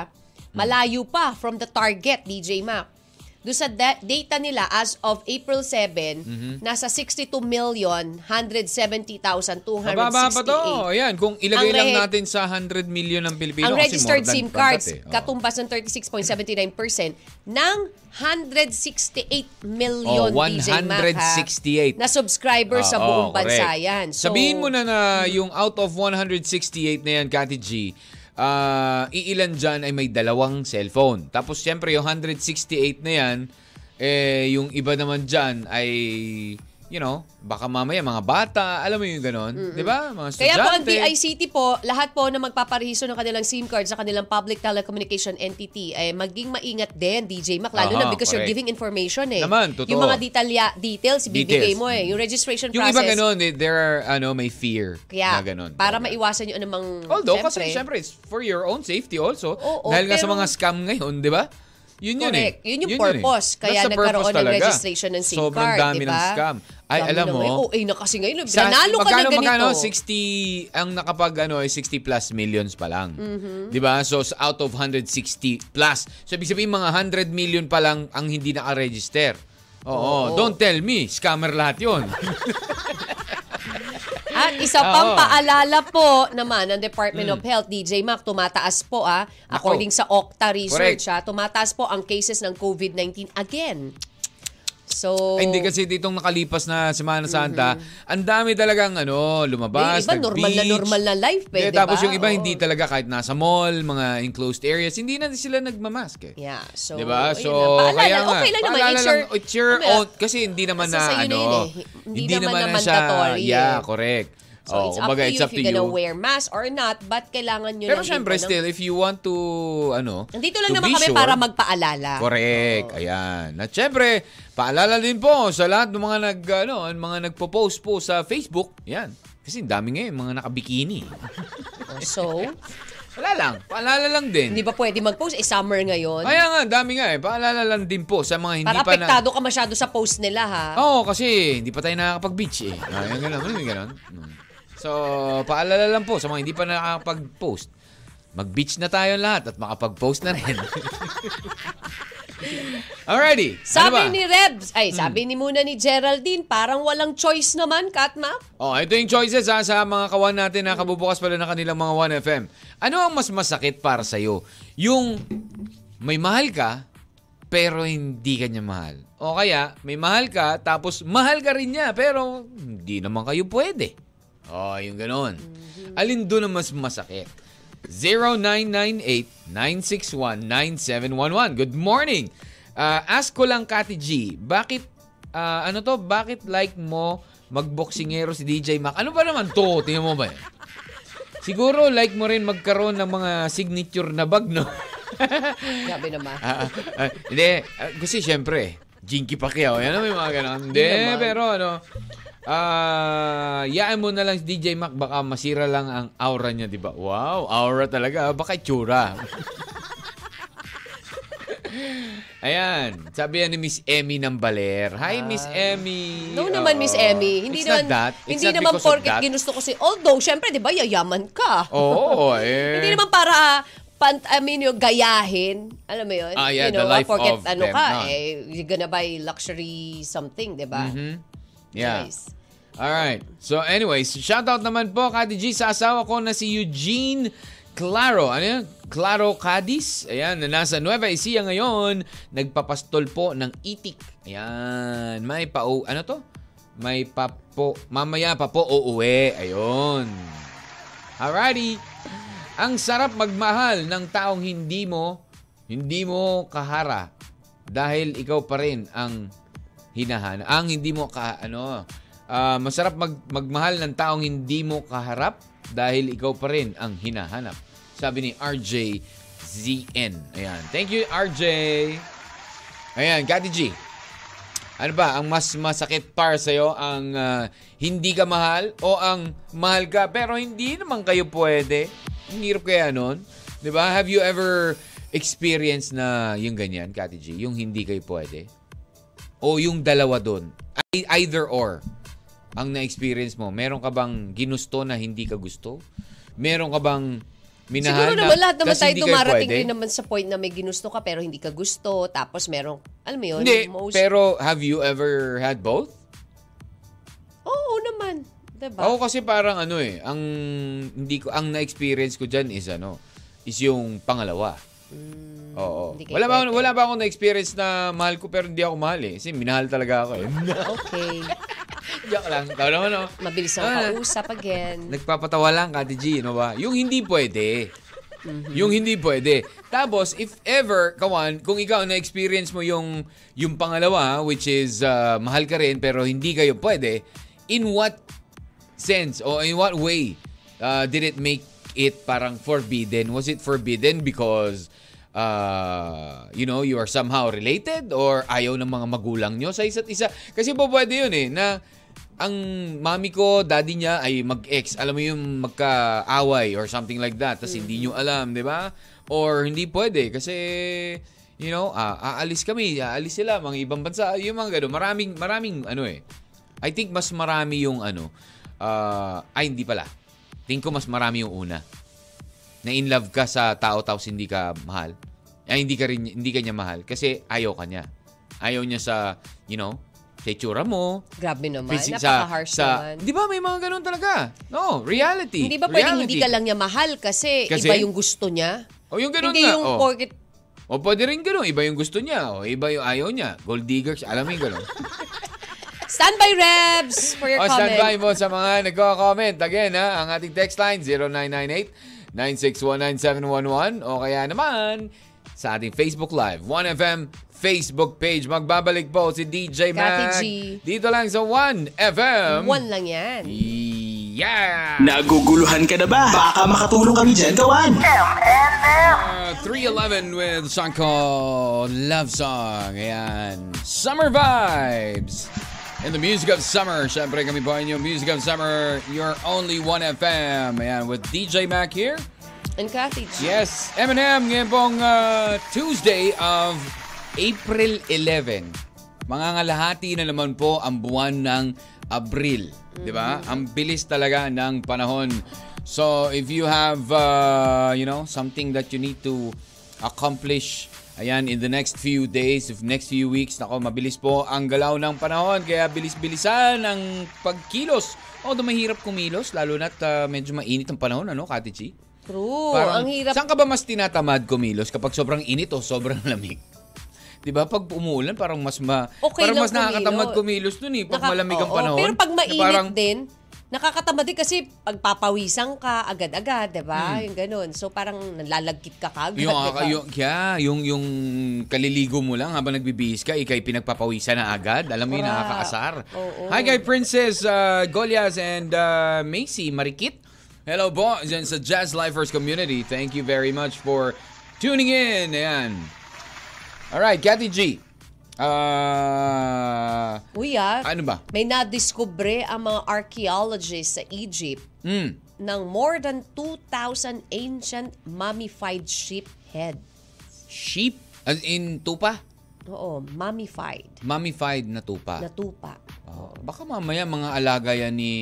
malayo pa from the target DJ Map. Doon sa da- data nila as of April 7,
Mm-hmm.
nasa 62 million 170,268.
Mababa pa to. Oh, Ayan, kung ilagay
Ang
lang
rehe-
natin sa 100 million ng Pilipino.
Ang
kasi
registered
more than
SIM
that
cards,
eh. Oo.
katumbas ng 36.79% ng 168
Oh,
million DJ Mac, ha,
168.
na subscribers sa
Oo,
buong bansa
Ah, oh, correct.
yan. So,
Sabihin mo na na yung out of 168 na yan, Kati G, ah, iilan dyan ay may dalawang cellphone. Tapos syempre yung 168 na yan, eh, yung iba naman dyan ay, you know, baka mamaya mga bata, alam mo yung ganon, di ba? Mga
Kaya po ang
estudyante.
DICT po, lahat po na magpaparehistro ng kanilang SIM card sa kanilang public telecommunication entity, eh, maging maingat din, DJ Mac, lalo
Aha,
na because you're
correct.
giving information eh.
Naman, totoo.
Yung mga detalya, details, ibibigay
Details.
mo eh. Yung registration
Yung iba
process.
ganon, eh, there are, ano, may fear na
Kaya,
ganon.
para
Diba?
maiwasan yung anumang,
Although,
syempre,
kasi syempre, it's for your own safety also.
Oo,
dahil nga sa
pero-
mga scam ngayon, di ba? Yun yun
Correct.
eh.
Yun yung
eh.
purpose, kaya
That's the purpose
nagkaroon ng
talaga.
registration ng SIM
Sobrang
card,
dami
di
ng
ba?
scam. Ay,
dami
alam
na
mo,
ngayon. Oo, eh, na kasi ngayon.
sa-
nanalo ka
magkano,
na ganito.
Magkano, 60, ang nakapag ano, ay 60 plus millions pa lang.
Mm-hmm.
Di ba? So, sa out of 160 plus. So, ibig sabihin, mga 100 million pa lang ang hindi nakaregister. Oo,
Oo.
don't tell me, scammer lahat yun.
At Ah, isa
Oo.
pang
Hmm.
paalala po naman ng Department of Health, DJ Mac, tumataas po ah, according sa Okta Research
Correct.
ah, tumataas po ang cases ng COVID-19 again. So,
Ay, hindi kasi ditong nakalipas na Semana Santa, ang dami talagang ano, lumabas,
Yung Mm-hmm. iba, normal na
nag-beach.
normal na life eh,
Hindi,
di ba?
Tapos yung iba
Oo.
hindi talaga kahit nasa mall, mga enclosed areas, hindi na sila nagmamask eh.
yeah, so,
diba?
ayun
So,
lang. Paalala,
kaya nga.
okay lang naman.
paalala
It's your,
lang, it's your
kumbaga,
own. Kasi hindi naman
nasa
na,
sa'yo na
ano,
yun eh. Hindi naman na mandatory
Yeah,
eh.
correct.
So,
Oh,
it's
kumbaga,
up to you if you're gonna wear mask or not, but kailangan nyo
Pero
lang din
syempre,
po ng-
still, if you want to, ano,
Nandito lang
to
naman
be
kami
sure,
para magpaalala.
Correct. Ayan. At syempre, paalala din po sa lahat ng mga nag ano, ang mga nagpo-post po sa Facebook. Yan. Kasi ang dami ngayon mga nakabikini.
So,
Wala lang. Paalala lang din.
Hindi ba pwede mag-post? Eh, summer ngayon.
Kaya nga, dami nga eh. Paalala lang din po sa mga hindi
Para
pa na... Oh,
apektado ka masyado sa post nila, ha?
Oo, kasi hindi pa tayo nakakapag-beach eh. Ay, ganun, ganun, ganun. Mm. So, paalala lang po sa mga hindi pa nakakapag-post. Mag-beach na tayo lahat at makapag-post na rin. Alrighty.
Sabi
ano ba?
ni Rebs, ay sabi ni muna ni Geraldine, parang walang choice naman, Katma.
Oh, ito yung choices ha, sa mga kawan natin na kabubukas pala ng kanilang mga 1FM. Ano ang mas masakit para sa'yo? Yung may mahal ka, pero hindi ka niya mahal. O kaya, may mahal ka, tapos mahal ka rin niya, pero hindi naman kayo pwede. O, oh, yung ganun. Alin doon ang mas masakit? 0998-961-9711. Good morning! Ah, ask ko lang, Kati G, bakit Ah, ano to, bakit like mo magboksingero si DJ Mac? Ano ba naman to? Tingnan mo ba yan? Siguro like mo rin magkaroon ng mga signature na bag, no?
Grabe naman.
Ah, ah, ah, hindi, Ah, kasi syempre, Jinky Pacquiao, yan may mga ganun. Hindi,
naman.
pero ano, ah, yaan mo na lang si DJ Mac, baka masira lang ang aura niya, di ba? Wow, aura talaga, ah, baka itsura. Ayan, sabi yan ni Miss Emmy ng Baler. Hi, Miss Emmy.
No naman,
Oo.
Miss Emmy. Hindi
oh. It's
naman,
not that. It's
hindi
not
naman
because of
porket
that.
ginusto ko si... Although, syempre, di ba, yayaman ka.
Oo, eh.
Hindi naman para ah, pant, I mean, yung gayahin. Alam mo yun?
Ah, yeah,
you know,
the life
porket,
of
ano
them, ah. no?
ka, eh, you're gonna buy luxury something, di ba?
Mm-hmm. Yeah.
Choice.
Alright. So anyways, shoutout naman po Kati G sa asawa ko na si Eugene Claro. Ano yun? Claro Cadiz. Ayan, na nasa Nueva Ecija ngayon. Nagpapastol po ng itik. Ayan. May pa... Ano to? May papo... Mamaya pa po uuwi. Ayun. Alrighty. Ang sarap magmahal ng taong hindi mo, hindi mo kahara dahil ikaw pa rin ang hinahanap. Ang hindi mo ka ano, ah, masarap mag, magmahal ng taong hindi mo kaharap dahil ikaw pa rin ang hinahanap. Sabi ni RJ ZN. Ayan. Thank you RJ. Ayan, Kati G. Ano ba, ang mas masakit para sa'yo, ang ah, hindi ka mahal o ang mahal ka pero hindi naman kayo pwede? Ang hirap kaya nun? 'Di ba? Have you ever experienced na yung ganyan, Kati G? Yung hindi kayo pwede? O yung dalawa dun? Ei- Either or. Ang na-experience mo, meron ka bang ginusto na hindi ka gusto? Meron ka bang minahal
Siguro naman
na
lahat naman
tas
tayo
hindi kayo
dumarating
pwede?
rin naman sa point na may ginusto ka pero hindi ka gusto. Tapos merong, alam mo yun?
Hindi,
most-
pero have you ever had both?
Oo naman. Diba?
Ako kasi parang ano eh, ang hindi ko ang na-experience ko diyan is ano, is yung pangalawa. Oo.
Hmm, hindi kayo
Wala ba
pwede.
wala ba akong na-experience na mahal ko pero hindi ako mahal eh. Kasi minahal talaga ako eh.
Okay.
Joke lang. Tawag naman oh.
Mabilis
Ah.
ang kausap again.
Nagpapatawa lang, Kati G, ano ba? Yung hindi pwede.
Mhm.
Yung hindi pwede. Tapos, if ever, kawan, kung ikaw na-experience mo yung, yung pangalawa, which is uh, mahal ka rin pero hindi kayo pwede, in what sense or in what way uh, did it make it parang forbidden? Was it forbidden because uh, you know, you are somehow related or ayaw ng mga magulang nyo sa isa't isa? Kasi po pwede yun eh, na ang mami ko, daddy niya ay mag-ex. Alam mo yung magka-away or something like that. Tapos hindi nyo alam, di ba? Or hindi pwede kasi you know, ah, aalis kami, aalis sila, mga ibang bansa, yung mga gano'n. Maraming, maraming, ano eh. I think mas marami yung ano, ah, ay hindi pala. Think ko mas marami yung una. Na in love ka sa tao tapos hindi ka mahal. Ay, hindi ka rin, hindi ka niya mahal kasi ayaw ka niya. Ayaw niya sa, you know, sa itsura mo.
Grabe naman.
physi-
Diba? Napaka-harsh naman.
Di ba may mga ganun talaga? No, reality.
Hindi ba pwedeng
Reality.
hindi ka lang niya mahal kasi,
Kasi?
iba yung gusto niya?
O yung ganun
hindi
nga,
yung
oh.
porket
O pwede rin ganun. Iba yung gusto niya. O iba yung ayaw niya. Gold diggers. Alam mo yung ganun.
Stand by, Rebs, for
o
your comment.
standby mo sa mga nagko-comment. Again, ha, ang ating text line 0998-9619711 o kaya naman sa ating Facebook Live, 1FM Facebook page. Magbabalik po si DJ Mac.
Kati G.
Dito lang sa 1FM.
One lang yan.
Yeah!
Naguguluhan ka na ba? Baka makatulong kami dyan, gawan!
M&M.
Uh, 311 with Sanko Love Song. Ayan. Summer vibes. In the music of summer. Siyempre kami po yung music of summer. Your only 1FM. Ayan. With DJ Mac here.
And cottage.
Yes, M&M ngayon pong uh, Tuesday of April 11. Mangangalahati na naman po ang buwan ng Abril. Di ba? Ang bilis talaga ng panahon. So, if you have, uh, you know, something that you need to accomplish, ayan, in the next few days, if next few weeks, nako, mabilis po ang galaw ng panahon. Kaya bilis-bilisan ang pagkilos. Although mahirap kumilos, lalo na't uh, medyo mainit ang panahon, ano, Kati G?
True.
Parang,
ang hirap.
Saan ka ba mas tinatamad kumilos kapag sobrang init o sobrang lamig? 'Di ba pag umuulan parang mas ma
Okay
parang
lang
mas nakakatamad kumilos nun eh pag
Naka-
malamig ang
Oo,
panahon.
Pero pag
Na
mainit
parang,
din, nakakatamad din kasi pagpapawisan ka agad-agad, di ba? Yung ganun. So parang nalalagkit ka
Hmm.
kagad,
yung, ah,
di ba?
yung, yeah, yung, yung kaliligo mo lang habang nagbibihis ka, ikay pinagpapawisan na agad. Alam mo yun,
Correct.
nakakaasar.
Oo.
Hi kay Princess uh, Golias and uh, Macy Marikit. Hello po, dyan sa Jazz Lifers community. Thank you very much for tuning in. Ayan. Alright, Cathy G. Uh,
Uy, ah,
ano ba?
may nadiskubre ang mga archaeologists sa Egypt
Mm.
ng more than 2,000 ancient mummified sheep head.
Sheep? As in, tupa?
Oo, mummified
Mummified na tupa.
na tupa.
Oh, baka mamaya mga alaga yan ni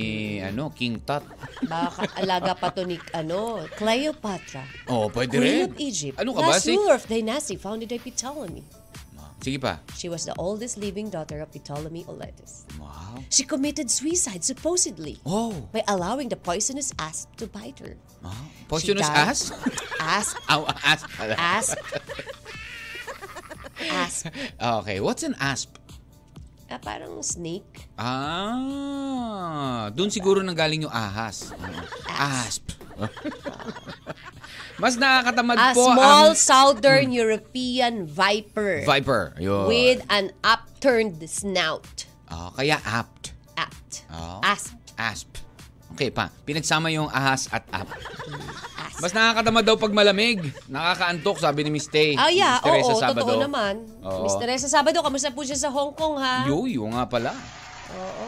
ano, King Tut.
Baka alaga pa to ni ano, Cleopatra.
Oo, Oh, pwede rin.
Queen of Egypt.
Ano ka ba?
Last
Si-
ruler of dynasty founded by Ptolemy.
Sige pa.
She was the oldest living daughter of Ptolemy Auletes.
Wow.
She committed suicide, supposedly,
Oh.
by allowing the poisonous asp to bite her.
Ah,
She
Poisonous
died-
ass?
Asp.
Aw, asp pala.
Asp. asp.
Okay, what's an asp?
Ah, parang snake.
Ah, doon siguro nanggaling yung ahas. Asp. Mas nakakatamad
A
po ang
small southern European viper
viper. Yun.
with an upturned snout.
Ah, kaya apt.
Apt.
Oh.
Asp.
Asp. Okay pa. Pinagsama yung ahas at apt.
Asp.
Mas nakakatamad daw pag malamig. Nakakaantok, sabi ni Miss Tay.
Ah, yeah.
Eh, Miss Teresa
Oo,
Sabado.
totoo naman.
Oo.
Miss Teresa Sabado, kamusta po siya sa Hong Kong, ha?
Yoyo nga pala.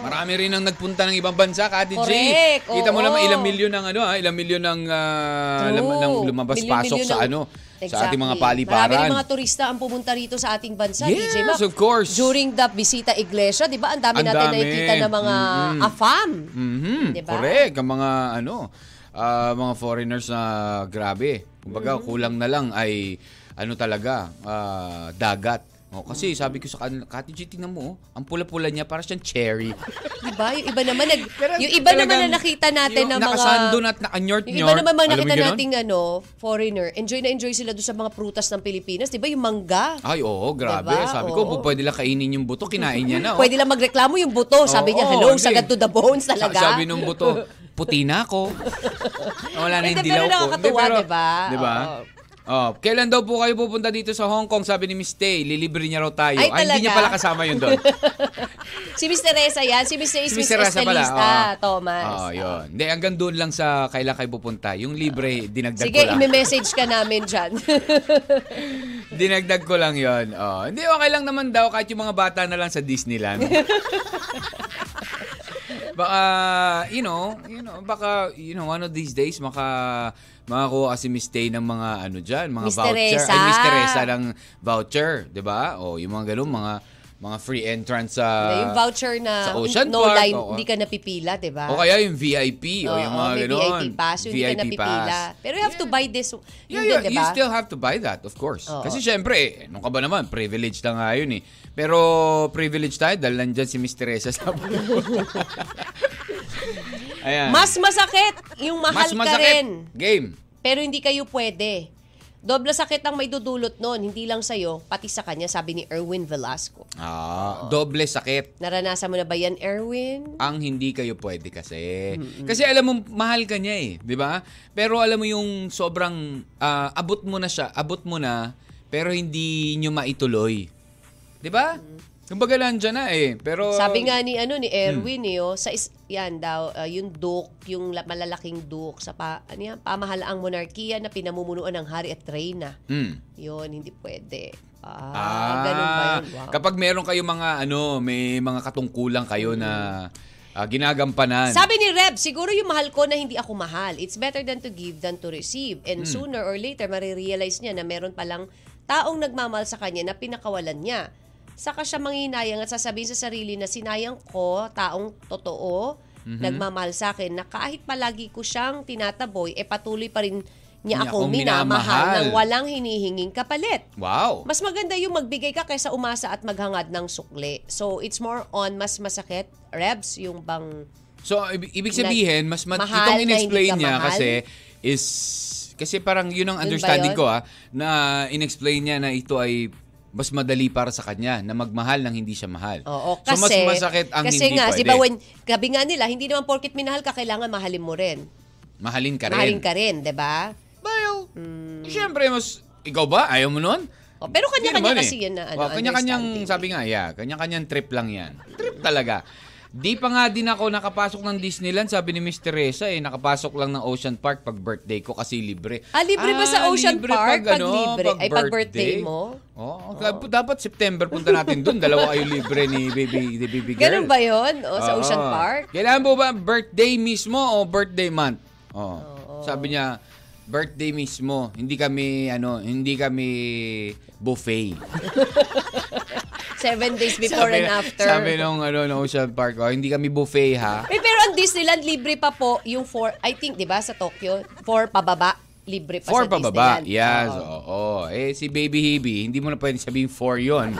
Marami rin ang nagpunta ng ibang bansa, Kati G.
Correct,
Kita mo
oo.
naman ilang milyon ng ano, ha? ilang milyon ng, ah,
True.
lam- ng lumabas-pasok
Milyon-milyon
sa
ng-
ano, sa
Exactly.
ating mga
Marami
paliparan.
rin mga turista ang pumunta rito sa ating bansa,
Yes,
DJ Mac.
of course.
During the bisita iglesia, di ba? Ang dami
Ang
natin
dami.
nakikita ng mga afam.
Mhm,
Di ba?
Correct, ang mga ano, ah, mga foreigners na grabe. Kumbaga,
Mm-hmm.
kulang na lang ay ano talaga, ah, dagat. Oh, kasi sabi ko sa kanila, Kati G, tingnan mo, oh, ang pula-pula niya, para siyang cherry.
Di ba? Yung iba naman, nag,
Pero
yung iba naman
talagang
na nakita natin
yung
ng mga...
nakasandon at nakanyort-nyort.
Yung iba naman mga
Alam mo
nakita
yun,
nating ano, foreigner, enjoy na enjoy sila doon sa mga prutas ng Pilipinas. Di ba? Yung mangga.
Ay, oo, grabe.
Diba?
Sabi ko,
Oo.
pwede lang kainin yung buto, kinain niya na. Oh.
Pwede lang magreklamo yung buto. Sabi niya,
Oo,
hello,
hindi.
sagad to the bones
Sa-
talaga.
sabi nung buto, puti na ako. Wala na yung
Hindi,
dilaw ko.
pero
Hindi,
nakakatuwa, diba?
Di ba?
Oo.
Oh, kailan daw po kayo pupunta dito sa Hong Kong? Sabi ni Miss Tay, lilibre niya raw tayo.
Ay,
hindi niya
talaga?
pala kasama yun doon.
si Miss Teresa yan. Si Miss, is
Si Miss
Miss
Teresa pala.
Estelista,
oo.
Thomas.
Oo, yun. Hindi, hanggang doon lang sa kailan kayo pupunta. Yung libre, dinagdag ko
Sige,
lang.
ime-message ka namin dyan.
Dinagdag ko lang yon. Oh, hindi, okay lang naman daw kahit yung mga bata na lang sa Disneyland. baka, you know, you know, baka, you know, one of these days, maka, makakuha kasi Miss Tay ng mga ano dyan, mga
Miss
voucher.
Teresa.
Ay, Miss Teresa ng voucher, di ba? O, yung mga ganun, mga, mga free entrance sa...
Ano, yung voucher na
Ah, sa Ocean
no
Park,
line,
oo.
hindi ka napipila, di ba?
o kaya yung VIP, o
Oo,
yung mga
may
ganun.
VIP pass, yung hindi ka napipila. Pero you have to buy this.
Yeah,
yun din,
yeah,
di
you
ba?
still have to buy that, of course.
Oo.
Kasi syempre, eh, ano ka ba naman, privilege na nga yun eh. Pero privilege tayo dahil nandyan si Miss Teresa sa Ayan.
Mas masakit yung mahal
Mas
ka
masakit.
rin.
Game.
Pero hindi kayo pwede. Doble sakit ang may dudulot noon, hindi lang sa'yo, pati sa kanya, sabi ni Erwin Velasco.
Ah, doble sakit.
Naranasan mo na ba yan, Erwin?
ang hindi kayo pwede kasi. Kasi alam mo, mahal ka niya eh, di ba? Pero alam mo yung sobrang, ah, abot mo na siya, abot mo na, pero hindi nyo maituloy. Di ba? Kumbaga nandiyan na eh, pero...
Mm. Sabi nga ni ano ni Erwin eh, oh, sa is, yan daw uh, yung duk, yung la- malalaking duk sa pa, ano yan, pamahalaang monarkiya na pinamumunuan ng hari at reyna.
Hmm.
Yun, hindi pwede. Ah,
Ah,
ganun ba yun? Wow.
Kapag meron kayo mga ano, may mga katungkulan kayo na ah, ginagampanan.
Sabi ni Reb, siguro yung mahal ko na hindi ako mahal. It's better than to give than to receive.
Hmm.
And sooner or later, marirealize niya na meron palang taong nagmamahal sa kanya na pinakawalan niya. Saka siya manginayang at sasabihin sa sarili na sinayang ko taong totoo,
Mhm.
nagmamahal sa akin, na kahit palagi ko siyang tinataboy, eh patuloy pa rin niya
Niya
akong
akong minamahal.
minamahal ng walang hinihinging kapalit.
wow.
Mas maganda yung magbigay ka kaysa umasa at maghangad ng sukli. So, it's more on mas masakit, Rebs, yung bang
So, ibig, ibig sabihin, mas mat-
Mahal na
itong
hindi
in-explain
ka
niya
mahal?
kasi is, kasi parang yun ang
Yun ba
understanding
yun?
ko ah, na in-explain niya na ito ay mas madali para sa kanya na magmahal ng hindi siya mahal.
Oo,
so,
kasi,
mas masakit ang
kasi
hindi
nga,
pwede.
si Bawen, gabi nga nila, hindi naman porkit minahal ka, kailangan mahalin mo rin.
Mahalin ka rin.
Mahalin ka rin, di ba?
Well, syempre, mas, ikaw ba? Ayaw mo nun?
O, Hmm. Oh, pero kanya-kanya
Hindi naman
kasi
eh.
yun na ano,
Oh, kanya-kanyang,
understanding.
sabi nga, yeah, kanya-kanyang trip lang yan. Trip talaga. Di pa nga din ako nakapasok ng Disneyland, sabi ni Miss Teresa, eh, nakapasok lang ng Ocean Park pag birthday ko kasi libre.
Ah, libre ba sa Ocean Park pag libre? Ay, pag birthday mo?
ano, Oo, oh. dapat September punta natin dun, dalawa kayo libre ni baby, ni baby girl.
Ganun ba yun? O, sa
Oo.
Ocean Park?
Kailangan po ba birthday mismo o birthday month? Oh. Sabi niya, birthday mismo. Hindi kami, ano, hindi kami buffet.
Seven days before
sabi,
and after.
Sabi nung, ano, nung Ocean Park, oh, hindi kami buffet, ha?
Eh, pero ang Disneyland, libre pa po yung four, I think, di ba, sa Tokyo, four pababa, libre pa
Four
sa
pababa.
Disneyland.
Yes,
Oo.
oo. Eh, si Baby Hebe, hindi mo na pwede sabihin four yon.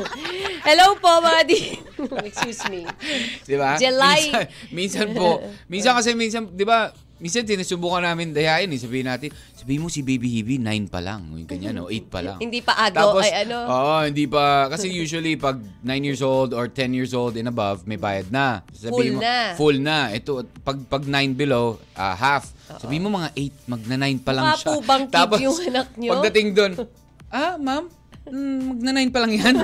Hello po, mga di... Excuse me.
Di ba?
July.
Minsan, minsan po, minsan kasi minsan, di ba, minsan sinusubukan namin dayain, eh. sabihin natin, sabihin mo si Baby Hebe, 9 pa lang, yung ganyan, o 8 pa lang.
Hindi pa ado, ay ano.
Oo, hindi pa, kasi usually pag 9 years old or 10 years old and above, may bayad na.
Full
Sabihin mo,
na.
Full na. Ito, pag, pag 9 below, ah, half. Sabihin mo mga 8, magna 9 pa lang
Mukha
siya.
po bang kid yung anak niyo?
pagdating doon, ah, ma'am, mm, magna 9 pa lang yan.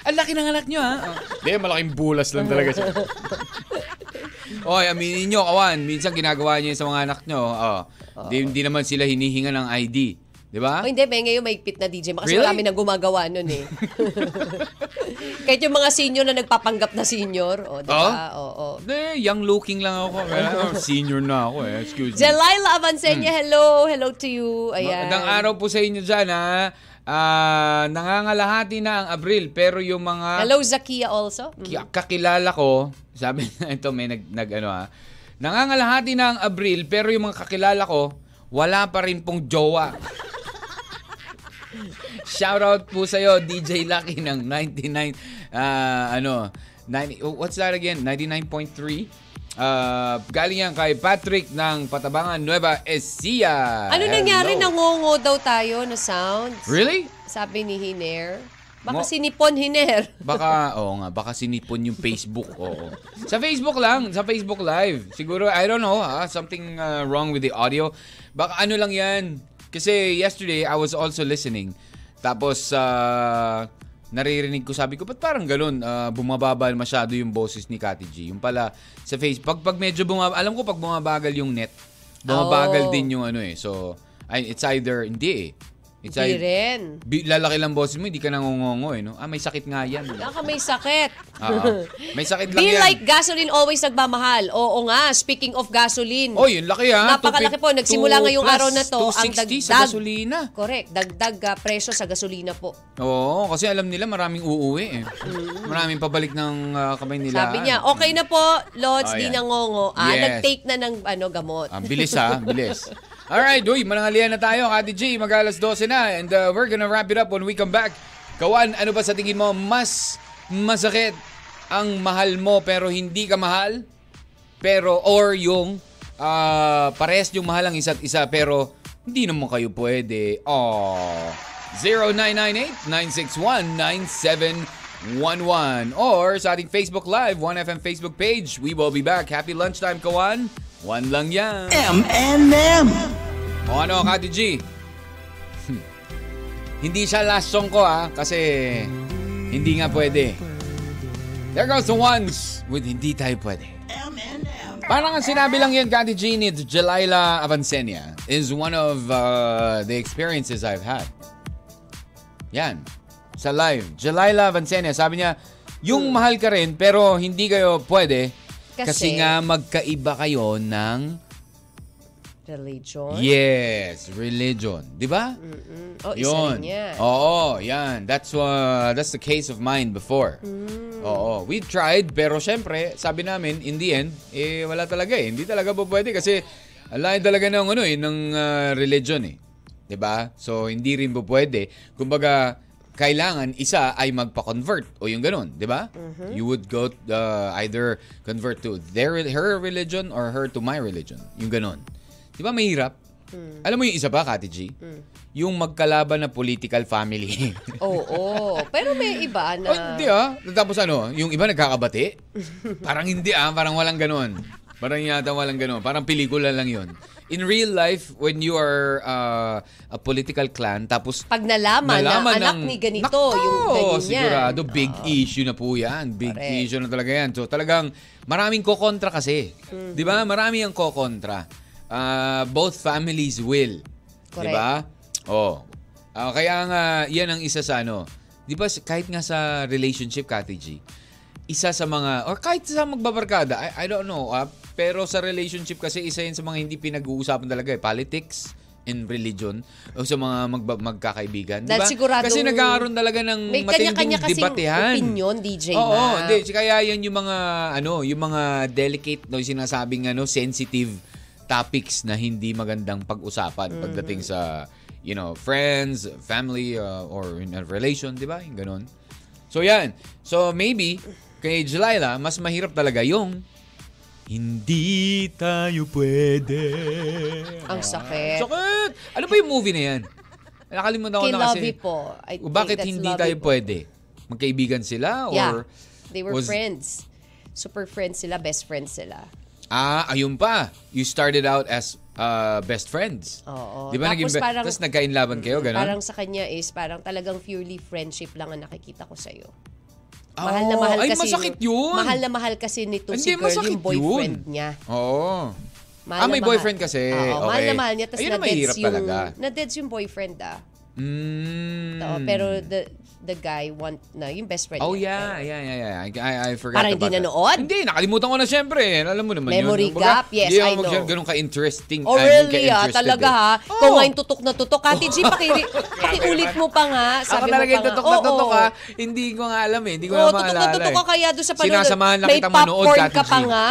Ang laki ng anak nyo, ha? Hindi, malaking bulas lang talaga siya. Oy, aminin nyo, kawan. Minsan ginagawa nyo yun sa mga anak nyo. Oh. Di, di naman sila hinihinga ng ID. Di ba?
O Oh, hindi, may ngayon maigpit na DJ. Kasi
Really?
marami na gumagawa nun eh. Kahit yung mga senior na nagpapanggap na senior. O, di ba? Oo. Oh?
Hindi, young looking lang ako. Kaya, Senior na ako eh. Excuse me.
Delilah Avancenia, hello. Hello to you. Ayan.
Hmm. Magandang araw po sa inyo dyan, ha? Ah, nangangalahati na ang Abril, pero yung mga
Hello, Zakia also. Mm.
ki- kakilala ko, sabi na ito, may nag, nag ano ha, nangangalahati na ang Abril, pero yung mga kakilala ko, wala pa rin pong jowa. Shoutout po sa'yo, DJ Lucky ng 99, ah, ano, 90, oh, what's that again? 99.3? Ah, galing yan kay Patrick ng Patabangan Nueva Ecija.
Ano nangyari?
Hello.
Nangongo daw tayo na sounds.
Really?
Sabi ni Hiner. Baka
Mo-
sinipon Hiner.
Baka, oo nga, baka sinipon yung Facebook. Oo. Sa Facebook lang, sa Facebook Live. Siguro, I don't know, ha? something uh, wrong with the audio. Baka ano lang yan. Kasi yesterday, I was also listening. Tapos, uh, naririnig ko, sabi ko, ba't parang ganun, uh, bumababa masyado yung boses ni Kati G. Yung pala, sa Facebook, pag medyo bumaba, alam ko pag bumabagal yung net, bumabagal
Oo.
din yung ano eh. So, ay, it's either, hindi eh. It's
Di
ei-
rin.
Bi- lalaki lang boses mo, hindi ka nangungongo eh, no? Ah, may sakit nga yan. no?
Baka may sakit.
Ah, ah. may sakit lang
Be
yan.
like gasoline always nagmamahal. Oo nga, speaking of gasoline.
oh, yun, laki ha. Two
Napakalaki po.
fif-
Nagsimula
two
ngayong
plus
araw na to, ang
260 sa
dagdag.
gasolina.
Correct. Dagdag ah, presyo sa gasolina po.
Oo, kasi alam nila maraming uuwi eh. Maraming pabalik ng ah, kamay nila.
Sabi niya, okay na po, Lods,
Oh,
di
yan.
nangongo.
Yes.
Ah,
Um,
nag-take na ng ano, gamot.
Ang Ah, bilis ha, ang bilis. Alright, uy, manangalian na tayo. Kati G, mag-alas 12 na. And uh, we're gonna wrap it up when we come back. Kawan, ano ba sa tingin mo mas masakit? Ang mahal mo pero hindi ka mahal? Pero, or yung ah, pares yung mahal ang isa't isa pero hindi naman kayo pwede. Aww. 0998-961-9711 or sa ating Facebook Live, 1FM Facebook page. We will be back. Happy lunchtime, Kawan. One lang yan.
M&M.
O ano, Kati G? Hmm. hindi siya last song ko ah, kasi hindi nga pwede. There goes the ones with hindi tayo pwede. Parang ang sinabi lang yan, Kati G, ni Jelila Avancenia is one of uh, the experiences I've had. Yan. Sa live. Jelila Avancenia, sabi niya, Yung mahal ka rin pero hindi kayo pwede kasi,
Kasi-
nga magkaiba kayo ng
Religion.
yes, religion, 'di ba?
O, Oh, isa
Yun.
rin yan.
Oo, yan. That's uh, that's the case of mine before.
Mm.
Oo, we tried pero syempre, sabi namin in the end, eh wala talaga eh. Hindi talaga po pwede kasi alain talaga ng ano eh ng ah, religion eh. 'Di ba? So hindi rin po pwede. Kumbaga kailangan isa ay magpa-convert o yung ganun, 'di ba?
Mm-hmm.
You would go uh, either convert to their her religion or her to my religion. Yung ganun. Di ba mahirap? Alam mo yung isa pa, Kati G? Yung magkalaban na political family.
Oo. Pero may iba na...
Oh, hindi ah. Tapos ano, yung iba nagkakabati? parang hindi ah, parang walang ganun. Parang yata walang ganun. Parang pelikula lang yun. In real life, when you are uh, a political clan, tapos
Pag nalaman, na anak
ng-
ni ganito,
Nako,
yung ganyan.
Sigurado, big issue na po yan. Big
Correct.
issue na talaga yan. So talagang maraming kokontra kasi.
Hmm.
Di ba? Marami ang kokontra. Ah, both families will. Di
Correct.
ba? Oh. Ah, kaya nga, yan ang isa sa ano. Di ba kahit nga sa relationship, Kati G, isa sa mga, or kahit sa magbabarkada, I, I don't know, ah, pero sa relationship kasi isa yan sa mga hindi pinag-uusapan talaga eh, politics and religion o sa mga magba, magkakaibigan. Di ba?
Dahil sigurado-
Kasi nagkakaroon talaga ng
May
matinding
kanya-kanya kasing
debatehan.
opinion, DJ
Oo,
Mac.
hindi. Kaya yan yung mga, ano, yung mga delicate, no, yung sinasabing, ano, sensitive topics na hindi magandang pag-usapan
Mm.
pagdating sa, you know, friends, family, uh, or in a relation, di ba? Yung ganun. So, yan. So, maybe, kay Jelila, mas mahirap talaga yung hindi tayo pwede.
Ang sakit.
Sakit! Ano ba yung movie na yan? Nakalimutan ko
Kay
na kasi.
Lovey po. I
O
think
bakit
that's
hindi
Lovey
tayo
po.
pwede? Magkaibigan sila? Or,
Yeah. They were
was-
friends. Super friends sila, best friends sila.
Ah, ayun pa. You started out as uh, best friends.
Oo.
Di ba? Tapos, naging,
Tapos parang- Mm,
parang, tapos nagkainlaban kayo, ganun?
Parang sa kanya is, parang talagang purely friendship lang ang nakikita ko sa'yo.
Oo.
Mahal na mahal
Oh, Ay,
kasi.
masakit yun.
Mahal na mahal kasi nito
Hindi,
si girl
masakit
yung boyfriend
yun.
niya.
Oo.
Mahal
ah,
na
may
mahal.
boyfriend kasi. okay.
Oo, mahal na mahal niya. Tapos
Ayun ang
na-deads
mahirap
yung,
talaga.
na-deads yung boyfriend ah.
Mm.
Oo, pero the the guy want na, yung best friend
Oh
niya.
yeah, yeah, yeah, yeah. I- I, I forgot
Parang
about
hindi
that.
nanood?
Hindi, nakalimutan ko na siyempre. Alam mo naman
Memory
yun.
gap? Yes,
hindi ako
I know.
masyadong ganun ka-interesting. ah,
Oh, really
ka-interested
ah, talaga
eh.
ha.
Oo.
Kung ngayon tutok na tutok, Kati G, pakiri, pakiulit mo pa nga.
Ako
Sabi mo
talaga
pa
yung
nga.
tutok na
Oo.
tutok ha. Hindi ko nga alam eh. Hindi ko
Oo,
na maalala.
tutok na tutok ka
eh.
kaya doon sa panonood.
Sinasamahan lang
May
kita manood,
popcorn
Kati
ka pa
G.
nga.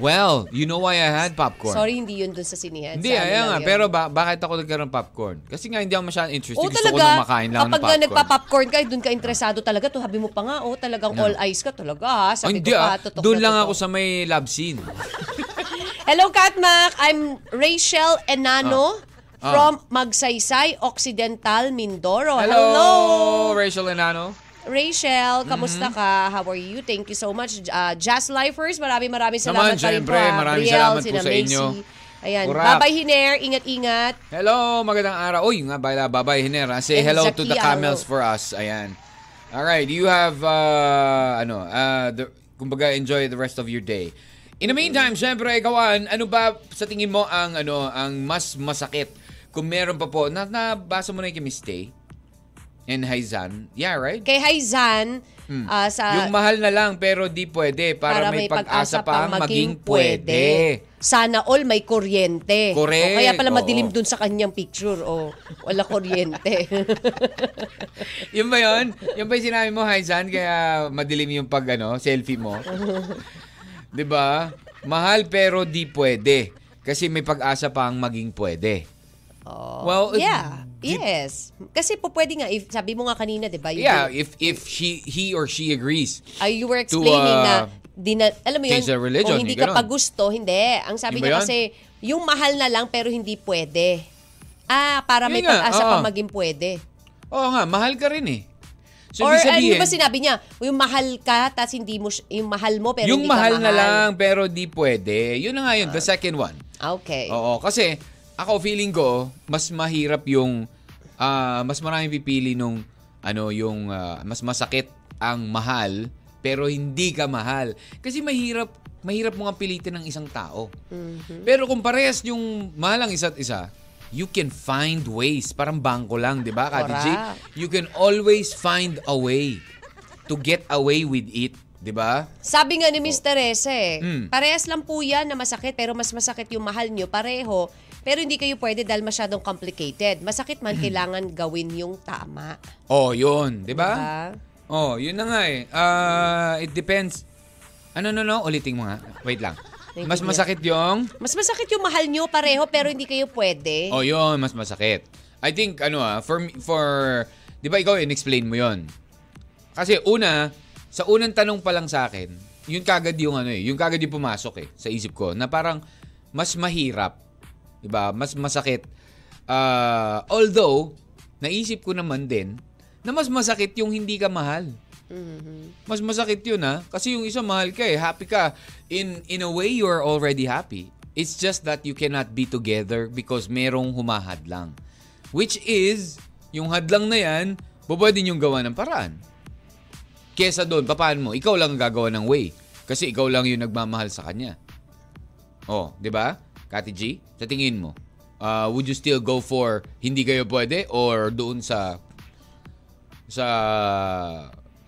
Well, you know why I had popcorn.
Sorry, hindi yun doon sa sinihan.
Hindi,
Sa amin lang
ayan nga.
yun.
Pero ba, bakit ako nagkaroon ng popcorn? Kasi nga hindi ako masyadong interested.
Oo
Gusto
talaga,
ko na makain lang
kapag
ng
nga
popcorn.
nagpa-popcorn ka, doon ka interesado talaga. To, habi mo pa nga, oh, talagang all eyes ka talaga. ha.
Oh,
Sabi
hindi
ko pa,
ah.
tutok
Doon
na
lang
tutok.
ako sa may love scene.
Hello, Katmak. I'm Rachel Enano
Ah.
from Magsaysay, Occidental, Mindoro.
Rachel Enano.
Rachel, kamusta ka? How are you? Thank you so much. Uh, Jazz Lifers, maraming maraming
Naman,
salamat pa rin
syempre,
po, ah.
maraming
Riel,
salamat po
sina
sa inyo.
Macy. Ayan.
Kurak.
Babay Hiner, ingat-ingat.
Hello, magandang araw. Uy, nga bala, babay, Hinera. Say
And
hello to
Zakia,
the camels
hello.
for us. Ayan. All right, you have, uh, ano, uh, the, kumbaga, enjoy the rest of your day. In the meantime, syempre, kawan, ano ba sa tingin mo ang, ano, ang mas masakit? Kung meron pa po, na, nabasa mo na yung kay Miss Tay and Haizan. Yeah, right?
Kay Haizan, ah, sa...
Hmm. yung mahal na lang pero di pwede para, may, pag-asa pa ang maging pwede.
Sana all may kuryente.
Correct.
O, kaya pala
Oo.
madilim dun sa kanyang picture. O, wala kuryente.
Yun ba yun? Yun ba yung sinabi mo, Haizan, kaya madilim yung pag, ano, selfie mo? di ba? Mahal pero di pwede. Kasi may pag-asa pa ang maging pwede.
Oo.
Well, it-
Oh, yeah.
di-
yes. Kasi po pwede nga, if, sabi mo nga kanina, di ba? yung-
Yeah, if if he he or she agrees.
Ay, you were
To,
explaining
uh,
na, di na, alam mo yun,
change the religion,
kung hindi
yung
ka
ganun.
pa gusto, hindi. Ang sabi
Yun ba
niya
yun?
kasi, yung mahal na lang pero hindi pwede. Ah, para may
Yun nga,
pag-asa
oo.
pa maging pwede.
Oo nga, mahal ka rin eh. So,
Or
ibig
ano
sabihin,
ba sinabi niya? Yung mahal ka, tapos hindi mo, si- yung mahal mo pero
yung
hindi
mahal
ka mahal.
na lang pero di pwede. Yun na nga yun, the second one.
Ah, Okay.
Oo, kasi ako feeling ko mas mahirap yung ah, mas maraming pipili nung ano yung ah, mas masakit ang mahal pero hindi ka mahal. Kasi mahirap mahirap mo nga pilitin ng isang tao. Pero kung parehas yung mahal ang isa't isa, you can find ways. Parang bangko lang, di ba, Kati G?
Correct.
You can always find a way to to get away with it, 'di ba?
Sabi nga
Oh.
ni Miss Teresa eh,
Mm.
parehas lang po yan na masakit pero mas masakit yung mahal nyo, pareho. Pero hindi kayo pwede dahil masyadong complicated. Masakit man, kailangan gawin yung tama.
Oh, 'yun, 'di Hmm. ba?
Diba?
Oh, 'yun na nga eh. Ah, it depends. Ano no no, ulitin mo nga. Wait lang.
Wait,
Mas
wait.
masakit 'yung
Mas masakit yung mahal nyo, pareho, pero hindi kayo pwede.
Oh, yun, mas masakit. I think, ano ah, for, me- for, di ba ikaw, in-explain mo yon Kasi una, sa unang tanong pa lang sa akin, yun kagad yung ano eh, yun kagad yung pumasok eh, sa isip ko, na parang mas mahirap, di ba, mas masakit. Ah, although, naisip ko naman din, na mas masakit yung hindi ka mahal. Mas masakit yun ha. Kasi yung isa mahal ka eh. Happy ka. In, in a way, you are already happy. It's just that you cannot be together because merong humahadlang. Which is, yung hadlang na yan, babwede niyong gawa ng paraan. Kesa doon, papaan mo? Ikaw lang ang gagawa ng way. Kasi ikaw lang yung nagmamahal sa kanya. Oh, di ba? Kati G, sa tingin mo, uh, would you still go for hindi kayo pwede or doon sa sa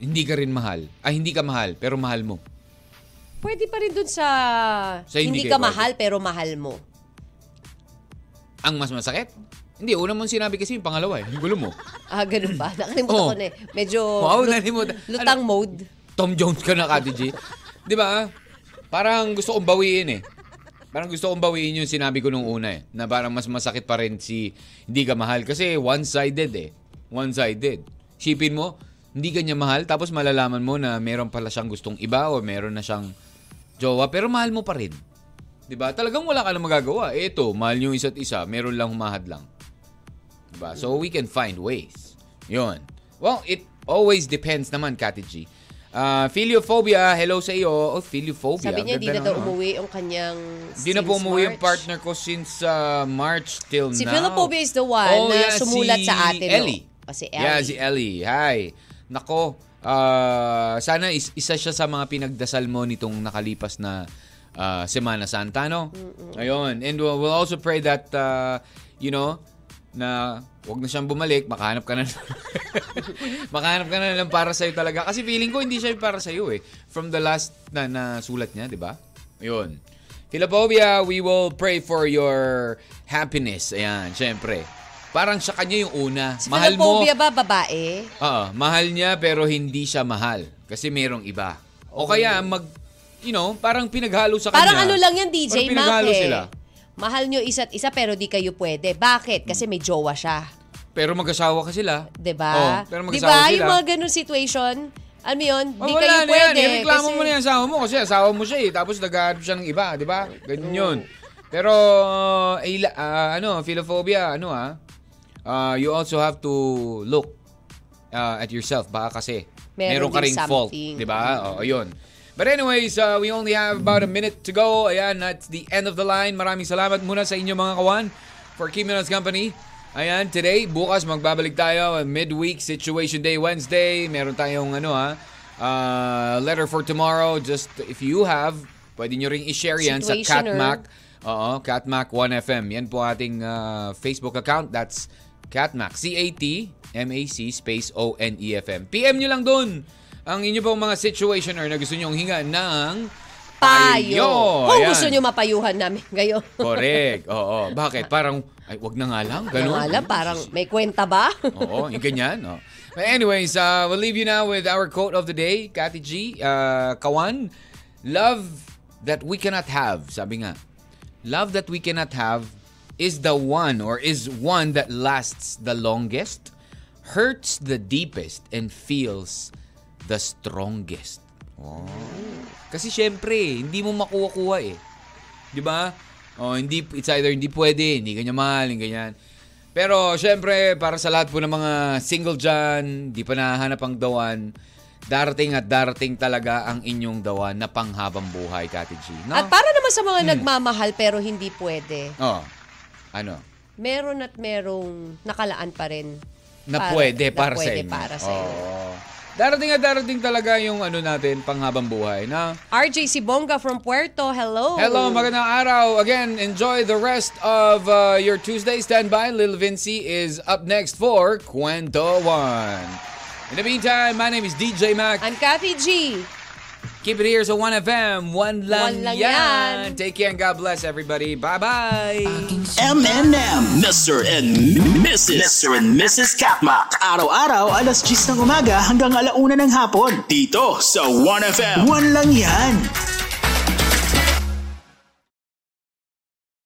hindi ka rin mahal. Ay, hindi ka mahal, pero mahal mo.
Pwede pa rin dun sa,
Sa hindi
hindi
kayo
ka
pwede.
mahal pero mahal mo.
Ang mas masakit? Hindi, una mong sinabi kasi yung pangalawa eh. Yung gulo mo.
Ah, ganun ba? Nakalimutan
Oo.
ko na eh. Medyo
Oo,
lut-
nalimutan. Ano?
lutang mode.
Tom Jones ka na, Kati G. Di ba? Parang gusto kong bawiin eh. Parang gusto kong bawiin yung sinabi ko nung una eh. Na parang mas masakit pa rin si hindi ka mahal. Kasi one-sided eh. One-sided. Sipin mo, hindi ka niya mahal. Tapos malalaman mo na meron pala siyang gustong iba o meron na siyang jowa. Pero mahal mo pa rin. Di ba? Diba? Talagang wala ka na magagawa. Eh, Ito, mahal yung isa't isa. Meron lang humahad lang. Diba? So we can find ways. Yun. Well, it always depends naman, Kati G. Ah, philophobia, hello sa iyo. Oh, philophobia.
Sabi
Ganda
niya, hindi na
ng
daw
ano.
umuwi yung kanyang
Hindi na
since
po umuwi yung
March.
partner ko since ah, March till
Si
now. Oh,
Philophobia is the one na sumulat sa atin, no?
Ellie.
O, si
Yeah,
Ellie.
si Ellie. Hi. Nako, ah, sana is- isa siya sa mga pinagdasal mo nitong nakalipas na ah, Semana Santa, no? Ayun. And we'll, we'll also pray that, ah, you know, na wag na siyang bumalik, makahanap ka na makahanap ka na lang para sa'yo talaga. Kasi feeling ko hindi siya yung para sa'yo eh. From the last na, na sulat niya, di ba? Ayun. Philopobia, we will pray for your happiness. Ayan, syempre. Parang sa kanya yung una.
Si
mahal mo.
Philophobia ba babae?
Oo, mahal niya pero hindi siya mahal kasi merong iba. O kaya mag you know, parang pinaghalo sa
Oh. Parang
kanya.
ano lang yan, DJ
Parang pinaghalo
Mac, eh.
sila.
Mahal nyo isa't isa pero di kayo pwede. Bakit? Kasi may jowa siya.
Pero mag-asawa ka sila.
'Di
Oo,
ba?
Oh, pero mag-asawa
'Di ba?
sila.
Diba? Yung mga ganun situation, alam mo yun,
Oh,
di
wala
kayo
na
pwede.
Yan. Ireklamo
kasi-
mo na yung asawa mo kasi asawa mo siya eh. Tapos nag siya ng iba, di ba? Ganyan yun. Pero, eh, la- ah, ano, philophobia, ano ah, ah, you also have to look ah, at yourself. Baka kasi meron,
Meron
ka
ding
ring fault. diba?
something.
Di ba? Oo, yun. But anyways, ah, we only have about a minute to go. Ayan, that's the end of the line. Maraming salamat muna sa inyo mga kawan for keeping us company. Ayan, today, bukas magbabalik tayo. Midweek Situation Day Wednesday. Meron tayong ano ha, ah, letter for tomorrow. Just if you have, pwede nyo ring i-share yan sa
Situationer.
Catmac. Oo, Catmac 1FM. Yan po ating ah, Facebook account. That's Catmac. C-A-T-M-A-C space E O-N-E-F-M. PM nyo lang dun ang inyo pong mga situationer na gusto nyong hinga ng
Payo. Kung
Ayan. Oh,
gusto nyo mapayuhan namin ngayon.
Correct. Oo. Bakit? Parang, ay, wag na nga lang.
Ano
Ganun.
alam, parang may kwenta ba?
Oo, yung ganyan. Oh. But anyways, uh, we'll leave you now with our quote of the day, Kati G. Uh, Kawan, love that we cannot have, sabi nga. Love that we cannot have is the one or is one that lasts the longest, hurts the deepest, and feels the strongest. Oh. Kasi syempre, hindi mo makuha-kuha eh. Di ba? O, hindi, it's either hindi pwede, hindi kanya mahal, hindi ganyan. Pero, syempre, para sa lahat po ng mga single dyan, di pa nahanap ang dawan, darating at darating talaga ang inyong dawan na panghabang buhay, Kati G. No?
At para naman sa mga
Hmm.
nagmamahal pero hindi pwede,
Oh, ano?
meron at merong nakalaan pa rin.
Na
para-
pwede
na
para sa
pwede
inyo.
para sa inyo.
Oo. Darating at darating talaga yung ano natin, panghabang buhay na
RJ Sibonga from Puerto, hello.
Hello, magandang araw. Again, enjoy the rest of uh, your Tuesday. Stand by. Lil Vinci is up next for Kwento 1. In the meantime, my name is DJ Mac.
I'm Kathy G.
Keep it here sa 1FM. One lang,
One lang
yan.
yan.
Take care and God bless everybody. Bye-bye.
M&M. Mr. and Mrs. Mr. and Mrs. Katma.
Araw-araw, alas 10 ng umaga hanggang alauna ng hapon.
Dito sa 1FM.
One lang yan.